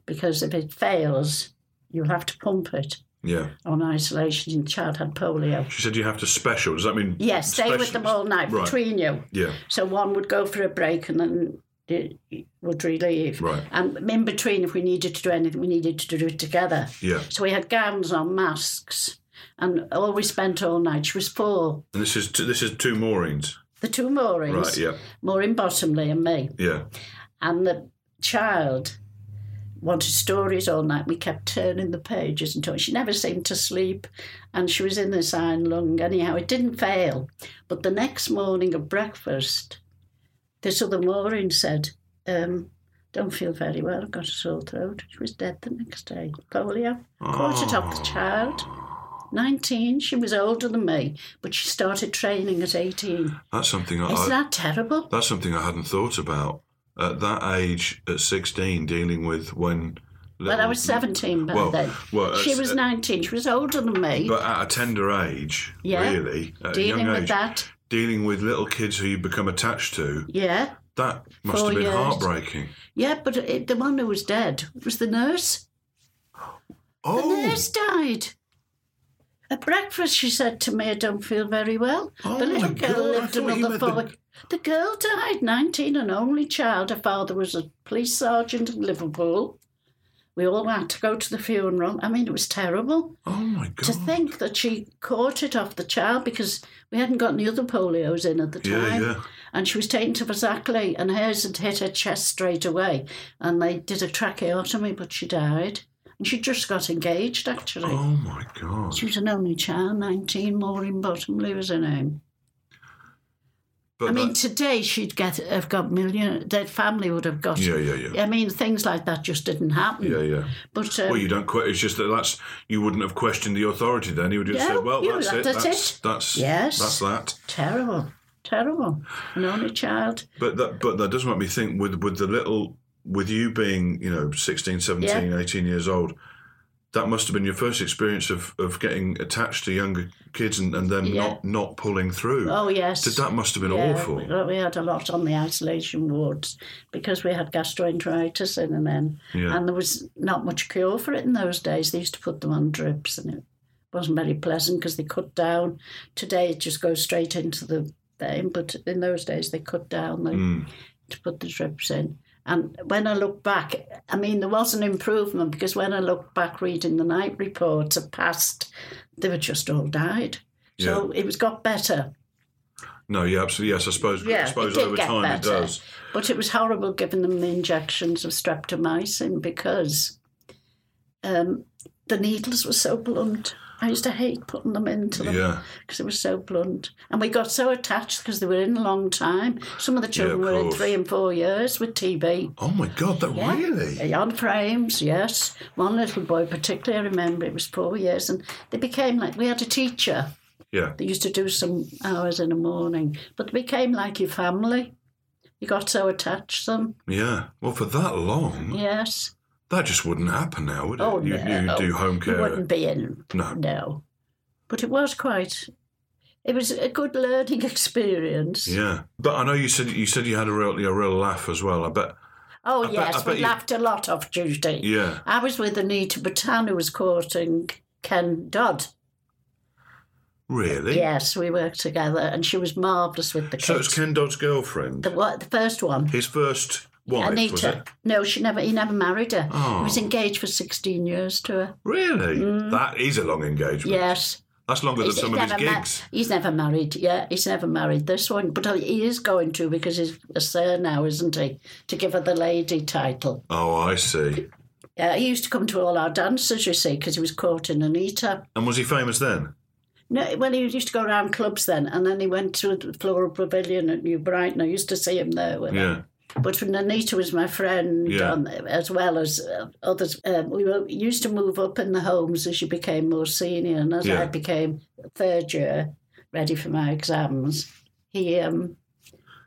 because if it fails, you'll have to pump it Yeah. on isolation. And the child had polio. She said you have to special. Does that mean? Yes, stay with special- them all night Right. between you. Yeah. So one would go for a break and then the- would relieve. Right. And in between, if we needed to do anything, we needed to do it together. Yeah. So we had gowns on, masks, and all we spent all night. She was four. And this is two, this is two moorings. The two Maureen's, Right. Yeah. Maureen Bottomley and me. Yeah. And the child wanted stories all night. We kept turning the pages and talking. She never seemed to sleep, and she was in this iron lung. Anyhow, it didn't fail. But the next morning at breakfast, this other Maureen said, um, don't feel very well, I've got a sore throat. She was dead the next day. Polio. Quartered off the child. 19, she was older than me, but she started training at 18. That's something I, Isn't I that terrible? that's something I hadn't thought about at that age at sixteen, dealing with when. Well, I was 17 back Well, then. well, she it's- was 19. She was older than me. But at a tender age, Yeah. really, at a dealing young with age, that. dealing with little kids who you become attached to, Yeah. that must Four have been years. heartbreaking. Yeah, but it, the one who was dead was the nurse. Oh, The nurse died. At breakfast, she said to me, I don't feel very well. Oh, the little my girl God, I lived thought you another meant four. the- The... girl died, 19, an only child. Her father was a police sergeant in Liverpool. We all had to go to the funeral. I mean, it was terrible oh my God! to think that she caught it off the child because we hadn't got any other polios in at the Yeah, time. yeah. And she was taken to Vasacli, and hers had hit her chest straight away. And they did a tracheotomy, but she died. And she just got engaged, actually. Oh my God! She was an only child, 19, Maureen Bottomley was her name. But I mean, that- today she'd get have got million. Their family would have got. yeah, yeah, yeah, I mean, things like that just didn't happen. yeah, yeah. But um, Well, you don't quit. It's just that that's you wouldn't have questioned the authority then. You would just No, said, "Well, you- that's it. that's That's it. that's Yes. that's that." terrible, terrible. An only child. But that but that does make me think with with the little with you being, you know, 16, 17, 18 years old, that must have been your first experience of, of getting attached to younger kids and, and them Yeah. not not pulling through. Oh yes. Did- That must have been Yeah, Um, awful. we- We had a lot on the isolation wards because we had gastroenteritis in and then, Yeah. and there was not much cure for it in those days. They used to put them on drips, and it wasn't very pleasant because they cut down. Today it just goes straight into the vein, but in those days they cut down the, Mm. to put the drips in. And when I look back, I mean, there was an improvement because when I look back reading the night reports of past, they were just all died. So it was got better. No, yeah, absolutely. Yes, I suppose Yeah, I it suppose did over get time it better. does. But it was horrible giving them the injections of streptomycin because um, the needles were so blunt. I used to hate putting them into them Yeah. because it was so blunt. And we got so attached because they were in a long time. Some of the children of were in course. three and four years with TB. Oh my god, that Yeah. really? On frames, yes. One little boy, particularly, I remember it was four years, and they became like we had a teacher. Yeah. They used to do some hours in the morning, but they became like your family. You got so attached to them. Yeah. Well for that long Yes. that just wouldn't happen now, would it? Oh, Mm. you no. you do home care. You wouldn't be in. No. But it was quite. It was a good learning experience. Yeah. But I know you said you said you had a real a real laugh as well. I bet Oh I bet- yes, I bet we you- laughed a lot off Tuesday. yeah. I was with Anita Batan, who was courting Ken Dodd. Really? Yes, we worked together, and she was marvellous with the kids. So it's Ken Dodd's girlfriend. the, what, the first one, His first wife, Anita. was it? No, she never. He never married her. Oh. He was engaged for sixteen years to her. Really? Mm. That is a long engagement. Yes, That's longer than He's- some he's of his never ma- gigs. he's never married. Yeah, he's never married this one, but he is going to because he's a sir now, isn't he? To give her the lady title. Oh, I see. Yeah, he used to come to all our dances, you see, because he was caught in Anita. And was he famous then? No, well, he used to go around clubs then, and then he went to the Floral Pavilion at New Brighton. I used to see him there. With Yeah. But when Anita was my friend, Yeah. um, as well as uh, others, um, we were, used to move up in the homes as she became more senior. And as Yeah. I became third year, ready for my exams, he, um,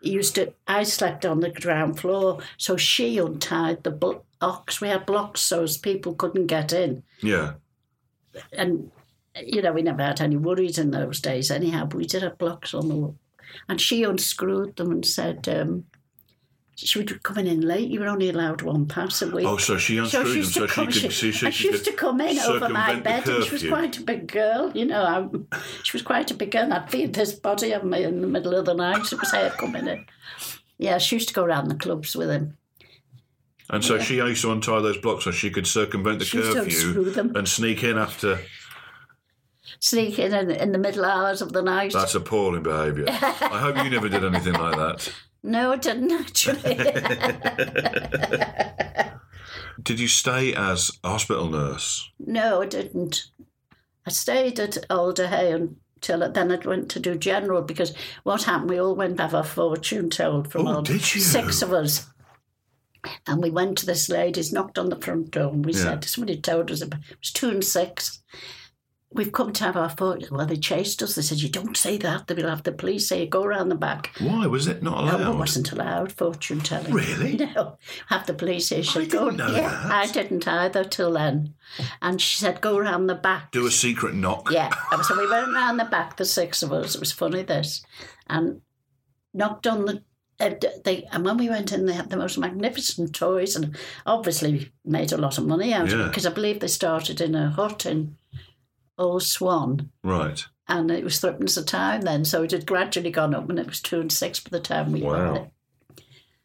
he used to, I slept on the ground floor. So she untied the bl- ox. We had blocks so as people couldn't get in. Yeah. And, you know, we never had any worries in those days anyhow, but we did have blocks on the wall. And she unscrewed them and said, um, she was coming in late. You were only allowed one pass a week. Oh, so she unscrewed she him used to so she come- could see she, and she used to could come in over my circumvent the bed, and she was curfew. quite a big girl, you know. I'm, she was quite a big girl. and I'd feed this body on me in the middle of the night. It was her coming in. Yeah, she used to go round the clubs with him. And so she used to untie those blocks so she could circumvent the She used to unscrew curfew them. and sneak in after. Sneak in, in in the middle hours of the night. That's appalling behaviour. I hope you never did anything like that. No, I didn't actually. Did you stay as a hospital nurse? no, I didn't. I stayed at Alder Hay till it, then it went to do general because what happened? We all went to have our fortune told from Oh, all did you? six of us. And we went to this lady's, knocked on the front door, and we Yeah. said, somebody told us about, it was two and six. We've come to have our fortune. Well, they chased us. They said, You don't say that. They will have the police here. Go around the back. Why was it not allowed? No, it wasn't allowed, fortune telling. Really? No. Have the police here. She I said, go- didn't know that. I didn't either till then. And she said, Go around the back. Do a secret knock. Yeah. And So we went round the back, the six of us. It was funny this, and knocked on the. Uh, d- they, and when we went in, they had the most magnificent toys, and obviously made a lot of money out of Yeah. it because I believe they started in a hut in Old Swan, Right. and it was threepence a time then. So it had gradually gone up, and it was two and six by the time we Wow. got it.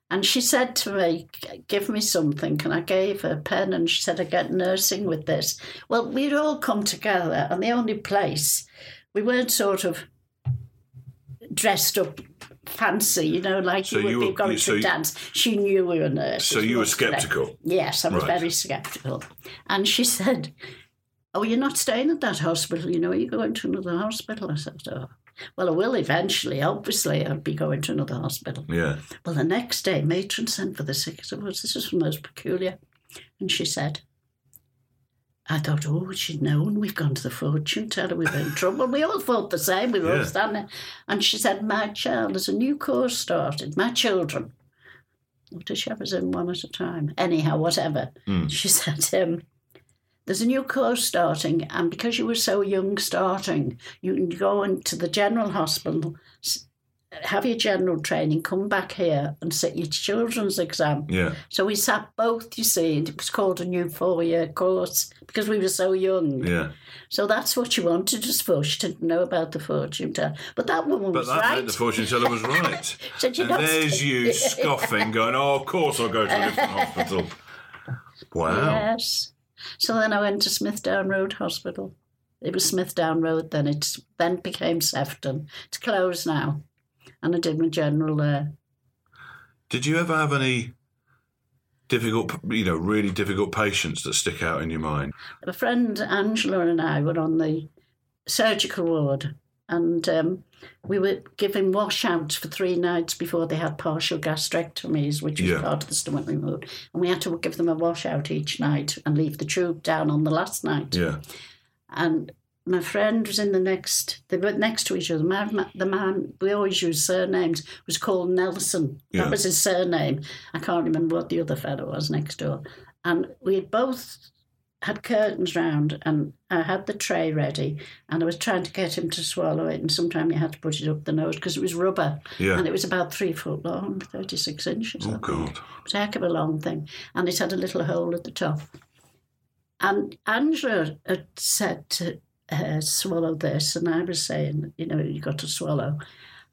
And she said to me, "G- "Give me something." And I gave her a pen, and she said, "I get nursing with this." Well, we'd all come together, and the only place we weren't sort of dressed up fancy, you know, like So you would you be were- going you- to so a you- dance. She knew we were nurses. So you were wasn't I? sceptical? Yes, I was Right. very sceptical. And she said, "Oh, you're not staying at that hospital, you know. You're going to another hospital." I said, "Oh, well, I will eventually. Obviously, I'll be going to another hospital." Yeah. Well, the next day, matron sent for the six of us. This is the most peculiar. And she said, I thought, oh, she'd known we've gone to the fortune teller, we were in trouble. We all thought the same, we were Yeah. all standing there. And she said, My child, there's a new course started, my children. What did she have us in one at a time? Anyhow, whatever. She said, um, there's a new course starting, and because you were so young starting, you can go into the general hospital, s- have your general training, come back here and sit your children's exam. Yeah. So we sat both, you see, and it was called a new four year course because we were so young. Yeah. So that's what she wanted us for. She didn't know about the fortune teller. But that woman But was that right. meant the fortune teller was right. So do you and not- there's you scoffing, going, "Oh, of course I'll go to a different hospital." Wow. Yes. So then I went to Smithdown Road Hospital. It was Smithdown Road then. It then became Sefton. It's closed now. And I did my general there. Did you ever have any difficult, you know, really difficult patients that stick out in your mind? A friend, Angela, and I were on the surgical ward. And um, we were given washouts for three nights before they had partial gastrectomies, which was Yeah. part of the stomach removed. And we had to give them a washout each night and leave the tube down on the last night. Yeah. and my friend was in the next they were next to each other my, my, the man we always use surnames was called nelson Yeah. that was his surname i can't remember what the other fellow was next door and we had both had curtains round and i had the tray ready and i was trying to get him to swallow it and sometimes you had to put it up the nose because it was rubber Yeah. and it was about three foot long 36 inches Oh I think. God. It was a heck of a long thing. And it had a little hole at the top. And Angela had said to her, swallow this. And I was saying, you know, you got to swallow.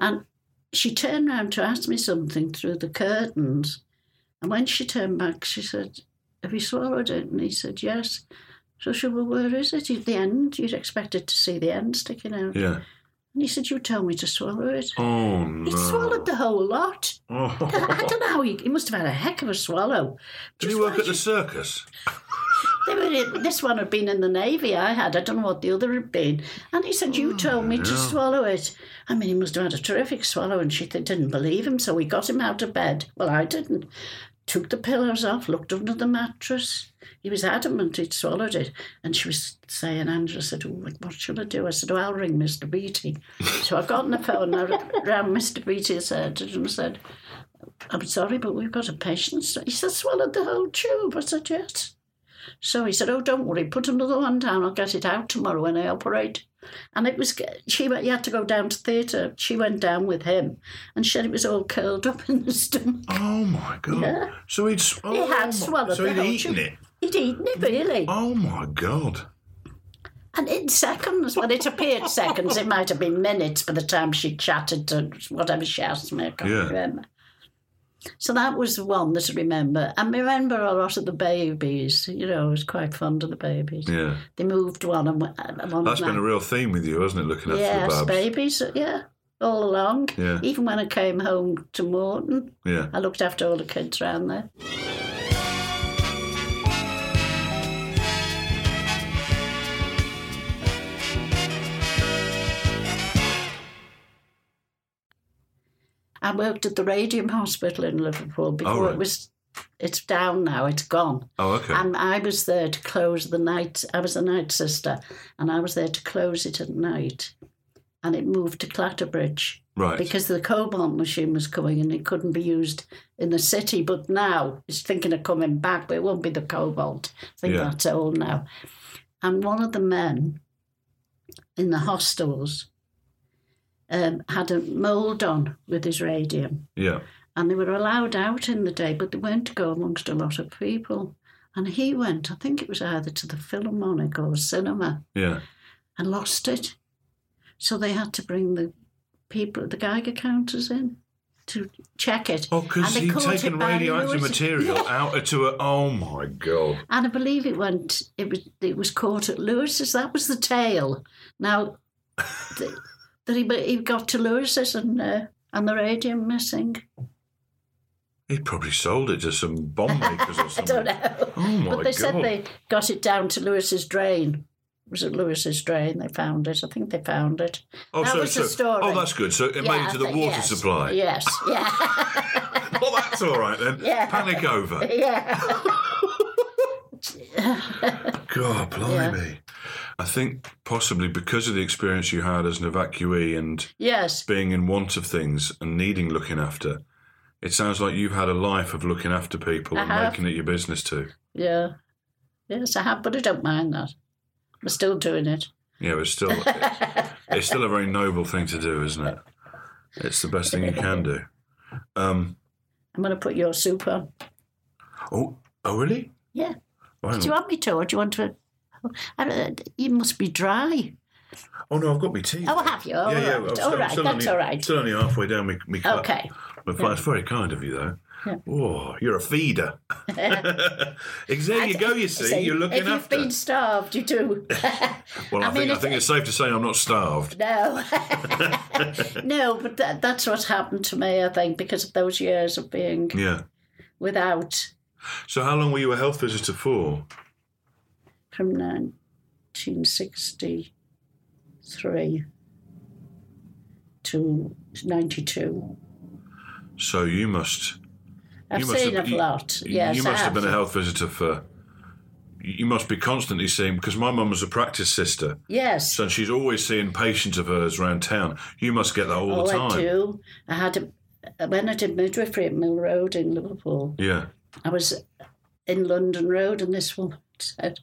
And she turned round to ask me something through the curtains. And when she turned back, she said, Have you swallowed it? And he said, Yes. So she said, Well, where is it? The end. You'd expected to see the end sticking out. Yeah. And he said, You told me to swallow it. Oh no. He swallowed the whole lot. I Oh. don't know how he, he must have had a heck of a swallow. Did Just you work why at the circus? they were in- this one had been in the navy. I had. I don't know what the other had been. And he said, "You told me to yeah. swallow it." I mean, he must have had a terrific swallow, and she th- didn't believe him. So we got him out of bed. Well, I didn't. Took the pillows off, looked under the mattress. He was adamant he'd swallowed it. And she was saying, Angela said, oh, what- What shall I do? I said, Oh, I'll ring Mr. Beatty. so I got on the phone and I rang Mr. Beatty, the surgeon, and said, I'm sorry, but we've got a patient. He said, swallowed the whole tube. I said, yes. So he said, oh, don't worry, put another one down. I'll get it out tomorrow when I operate. And it was, she went, he had to go down to theatre. She went down with him and she said it was all curled up in the stomach. Oh my God. Yeah. So he'd sw- oh, had my- swallowed So the he'd whole eaten tube. it. He'd eaten it, really. Oh my God. And in seconds, well, it appeared seconds, it might have been minutes by the time she chatted to whatever she asked me, I can't Yeah. remember. So that was the one that I remember. And I remember a lot of the babies, you know, I was quite fond of the babies. Yeah. They moved one and one. and one That's been a man. real theme with you, hasn't it? Looking after Yes, the babs. babies, yeah, all along. Yeah. Even when I came home to Morton, Yeah. I looked after all the kids round there. I worked at the Radium Hospital in Liverpool before right. it was. It's down now. It's gone. Oh, okay. And I was there to close the night. I was a night sister, and I was there to close it at night. And it moved to Clatterbridge right. because the cobalt machine was coming and it couldn't be used in the city. But now it's thinking of coming back, but it won't be the cobalt. I think Yeah. that's old now. And one of the men in the hostels um, had a mould on with his radium yeah. and they were allowed out in the day, but they weren't to go amongst a lot of people. And he went, I think it was either to the Philharmonic or cinema, Yeah. and lost it. So they had to bring the people, the Geiger counters in to check it. Oh, because And they he'd caught it taken by radioactive Lewis. material out into a. Oh my god. And I believe it went. It was. It was caught at Lewis's. That was the tale. Now, th- that he he got to Lewis's and uh, and the radium missing. He probably sold it to some bomb makers or I something. don't know. Oh my but they God. said they got it down to Lewis's drain. Was it Lewis's drain? They found it. I think they found it. Oh, that so, was so, the story. Oh, that's good. So it Yeah, made it I to the think- water yes. supply. Yes. Yeah. Well, that's all right then. Yeah. Panic over. yeah. God, blimey. I think possibly because of the experience you had as an evacuee and Yes. being in want of things and needing looking after, it sounds like you've had a life of looking after people I and have. making it your business too. Yeah. Yes, I have, but I don't mind that. I'm still doing it. Yeah, it's still it's still a very noble thing to do, isn't it? It's the best thing you can do. Um, I'm going to put your soup on. oh, oh, really? Yeah. Wow. Do you want me to, or do you want to? I don't, uh, you must be dry. Oh no, I've got my tea. Oh, have you? All yeah, yeah. right. I'm still- All I'm right. still That's only- all right. Still only halfway down. We, we cut. Okay. But that's very kind of you, though. Oh, you're a feeder. Ex- there you go. You see, So you're looking if after. you've been starved, you do. well, I, I mean, think I it's- think it's safe to say I'm not starved. no. no, but that, that's what happened to me, I think, because of those years of being Yeah. without So, how long were you a health visitor for? from 1963 to 92. So you must. I've you must seen have, a you- lot. You, yes, you I must have been a have. health visitor for. You must be constantly seeing because my mum was a practice sister, Yes. so she's always seeing patients of hers around town. You must get that all oh, the time. I do. I had a, when I did midwifery at Mill Road in Liverpool, Yeah. I was in London Road, and this woman said,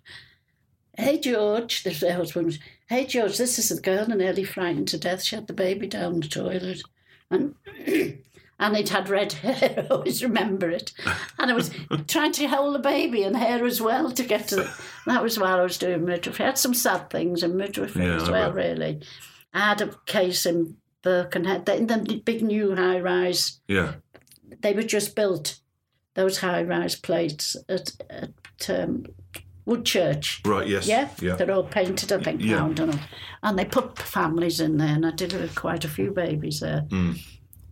"Hey George, this husband. was, Hey George, this is a girl and nearly frightened to death. She had the baby down the toilet, and and it had red hair. I always remember it. And I was trying to hold the baby and hair as well to get to. The, that was while I was doing midwifery. I had some sad things in midwifery Yeah, as I well, bet. really. I had a case in Birkenhead, in the big new high rise Yeah. they were just built those high rise plates at, at um, Woodchurch. Right. Yes. Yeah? Yeah. they're all painted, I think, Yeah. now, don't know. And they put families in there, and I delivered quite a few babies there. Mm.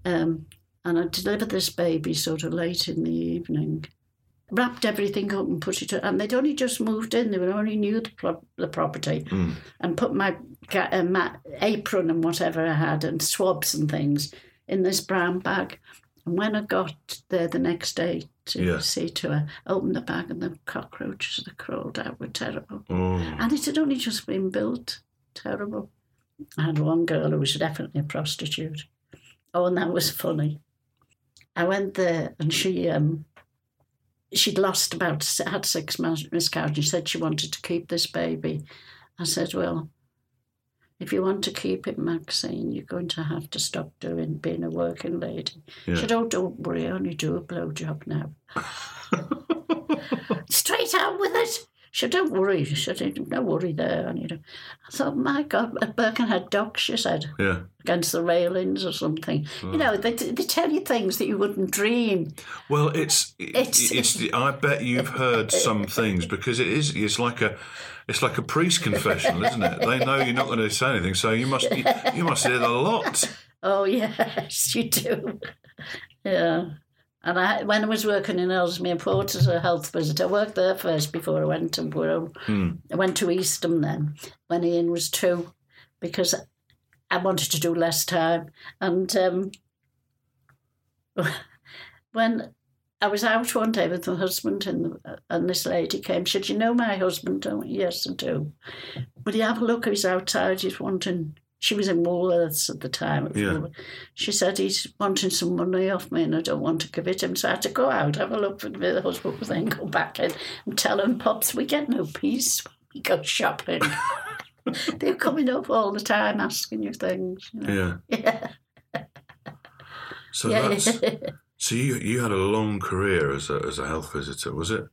Um, and I delivered this baby sort of late in the evening, wrapped everything up and put it. And they'd only just moved in; they were only new to pro- the property, Mm. and put my, ga- uh, my apron and whatever I had and swabs and things in this brown bag. And when I got there the next day to Yeah. see to her, I opened the bag and the cockroaches that crawled out were terrible. Oh. And it had only just been built. Terrible. I had one girl who was definitely a prostitute. Oh, and that was funny. I went there and she um, she'd lost about s- had six mis- miscarriages. She said she wanted to keep this baby. I said, well, if you want to keep it, Maxine, you're going to have to stop doing being a working lady. She Yeah. said, oh, don't worry, I only do a blowjob now straight out with it. She said, don't worry. She said, no worry there. And, you know, I thought, my God, at Birkenhead Docks, she said, Yeah. against the railings or something. You know, they, they tell you things that you wouldn't dream. Well, it's It's- it's, it's the, I bet you've heard some things because it is it's like a it's like a priest confessional, isn't it? They know you're not going to say anything, so you must you, you must hear a lot. Oh, yes, you do. yeah. And I, when I was working in Ellesmere Port as a health visitor, I worked there first before I went to Wirral. I went to Eastham then when Ian was two because I wanted to do less time. And um, when I was out one day with my husband, and uh, and this lady came. She said, "You know my husband, don't you?" "Yes, I do." But you have a look? He's outside. He's wanting. She was in Woolworths at the time. Yeah. She said he's wanting some money off me, and I don't want to give it him. So I had to go out, have a look with the husband, but then go back in and tell him, "Pops, we get no peace. when We go shopping." They're coming up all the time asking you things. you know. Yeah. Yeah. So Yeah. that's so you you had a long career as a as a health visitor. Was it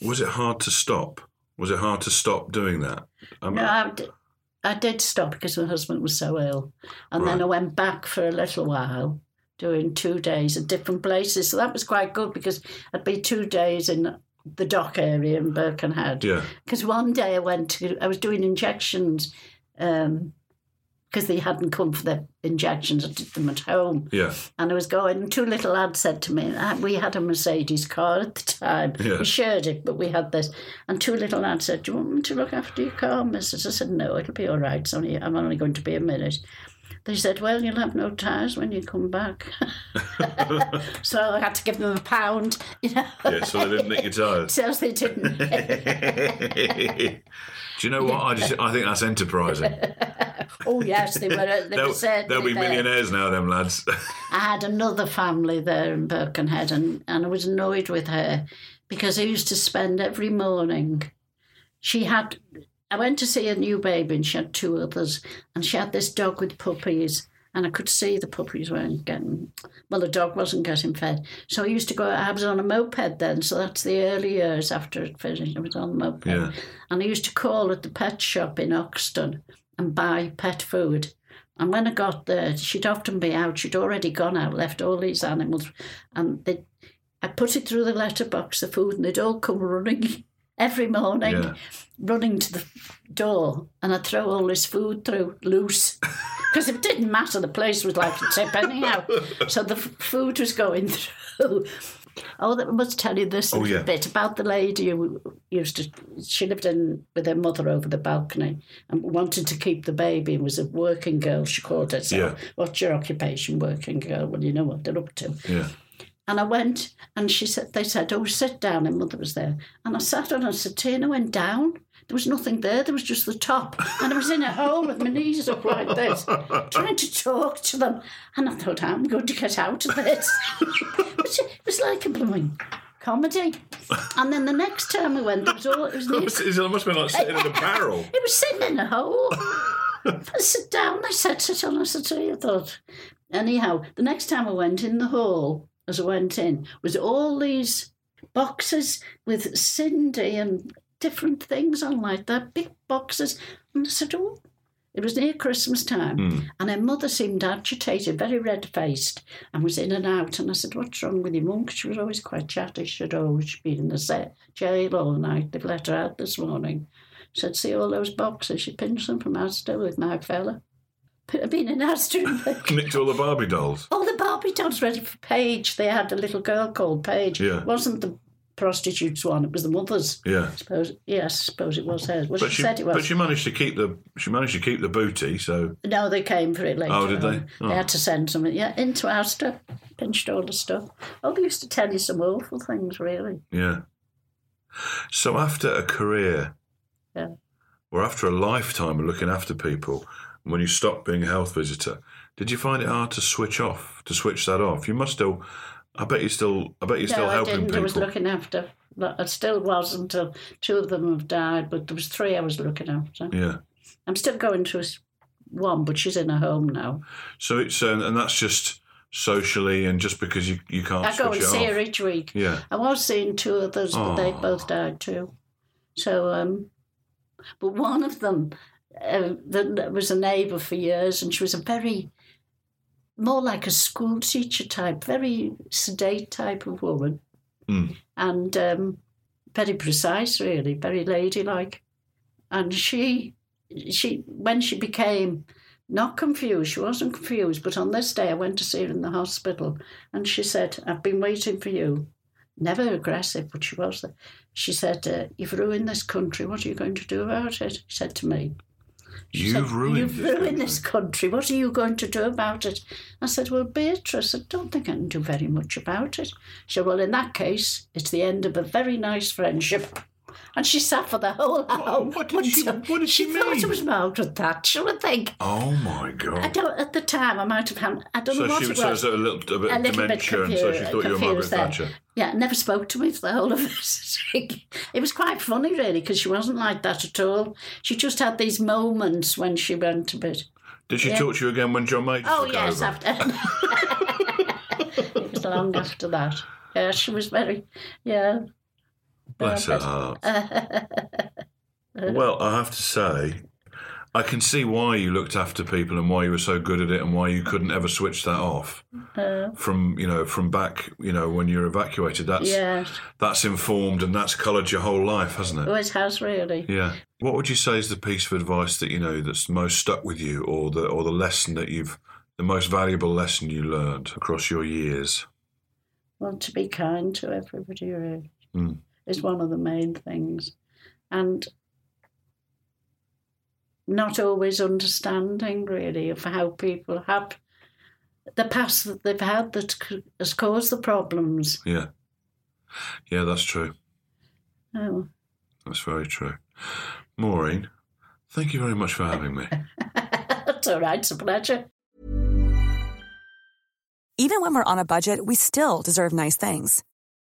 was it hard to stop? Was it hard to stop doing that? Um, No, I, d- I did stop because my husband was so ill. And then Right. I went back for a little while, doing two days at different places. So that was quite good because I'd be two days in the dock area in Birkenhead. yeah. Because one day I went to, I was doing injections um, because they hadn't come for their injections. I did them at home. Yeah. And I was going, and two little lads said to me, uh, we had a Mercedes car at the time. Yeah. We shared it, but we had this. And two little lads said, Do you want me to look after your car, missus? I said, No, it'll be all right. It's only, I'm only going to be a minute. They said, Well, you'll have no tyres when you come back. so I had to give them a pound, you know. Yeah. So they didn't nick your tires. So they didn't. Do you know what? I just I think that's enterprising. oh, yes, they were. They They'll, were certainly they'll be there. millionaires now, them lads. I had another family there in Birkenhead, and, and I was annoyed with her because I used to spend every morning. She had, I went to see a new baby, and she had two others, and she had this dog with puppies, and I could see the puppies weren't getting, well, the dog wasn't getting fed. So I used to go, I was on a moped then, so that's the early years after it finished, I was on the moped. Yeah. And I used to call at the pet shop in Oxton and buy pet food. And when I got there, she'd often be out. She'd already gone out, left all these animals, and they, I put it through the letterbox, the food, and they'd all come running every morning, Yeah. running to the door, and I'd throw all this food through loose. Because it didn't matter, the place was like a tip anyhow. So the f- food was going through. Oh, that I must tell you this Oh, little yeah. bit about the lady who used to. She lived in with her mother over the balcony and wanted to keep the baby. and Was a working girl. She called herself. What's your occupation, working girl? Well, you know what they're up to. Yeah. And I went, and she said, they said, oh, sit down. And mother was there, and I sat on a settee I went down. There was nothing there. There was just the top, and I was in a hole with my knees up like this, trying to talk to them. And I thought, I'm going to get out of this. but it was like a blooming comedy. And then the next time we went, it was all it was. It, was, near- it must have been like sitting in a barrel. it was sitting in a hole. I sit down. I said, sit on a settee. I thought. Anyhow, the next time I went in the hall, as I went in, was all these boxes with Cindy and different things on like that, big boxes. And I said, oh, it was near Christmas time. And her mother seemed agitated, very red faced, and was in and out. And I said, What's wrong with your mum? 'Cause she was always quite chatty. She'd always been in the set, jail all night. They've let her out this morning. Said, See all those boxes? She pinched them from Asda with my fella. P- I've been in Asda and like, Nicked all the Barbie dolls. Oh, the Barbie dolls ready for Paige. They had a little girl called Paige. Yeah. It wasn't the prostitute's one, it was the mother's. Yeah. I suppose, yes, I suppose it was hers. Well, But she, she, said it was. but she managed to keep the she managed to keep the booty. So No, they came for it later. Oh, did they? on. Oh. They had to send something. Yeah, into Asda, pinched all the stuff. Oh, they used to tell you some awful things, really. yeah. So after a career, Yeah. or after a lifetime of looking after people, when you stopped being a health visitor, did you find it hard to switch off? To switch that off, you must still. I bet you still. I bet you're still no, I helping didn't. people. I was looking after. I still was until two of them have died, but there was three I was looking after. yeah. I'm still going to s- one, but she's in a home now. So it's um, and that's just socially and just because you you can't. I go Oh, switch and it see off. her each week. Yeah. I was seeing two others, but they Oh. both died too. So, um, but one of them uh, that was a neighbour for years, and she was a very more like a school teacher type, very sedate type of woman, Mm. and um, very precise, really, very ladylike. And she, she when she became not confused, she wasn't confused, but on this day I went to see her in the hospital, and she said, "I've been waiting for you." Never aggressive, but she was. She said, uh, "You've ruined this country. What are you going to do about it?" She said to me. She You've ruined You've this ruined country." this country. What are you going to do about it? I said, Well, Beatrice, I don't think I can do very much about it. She said, Well, in that case, it's the end of a very nice friendship. And she sat for the whole hour. what did she- until- what did she thought mean? it was Margaret Thatcher, I think. Oh my I god! don't, at the time, I might have had, I don't So know what she it was, so was. was a little a bit a little dementia, bit and confused, so she thought you were Margaret confused there. Thatcher. Yeah, never spoke to me for the whole of it. it was quite funny, really, because she wasn't like that at all. She just had these moments when she went a bit. Did she talk to you again when John Major Oh took yes, over? after it was long after that. Yeah, she was very. Yeah, Bless her heart. Uh-huh. well, I have to say, I can see why you looked after people and why you were so good at it and why you couldn't ever switch that off from you know from back you know when you're evacuated. That's yeah, that's informed and that's coloured your whole life, hasn't it? always has really. Yeah. What would you say is the piece of advice that you know that's most stuck with you, or the or the lesson that you've the most valuable lesson you learned across your years? Well, to be kind to everybody really Mm. is one of the main things, and not always understanding really of how people have the past that they've had that c- has caused the problems. Yeah. Yeah, that's true. Oh, That's very true. Maureen, thank you very much for having me. that's all right. It's a pleasure. Even when we're on a budget, we still deserve nice things.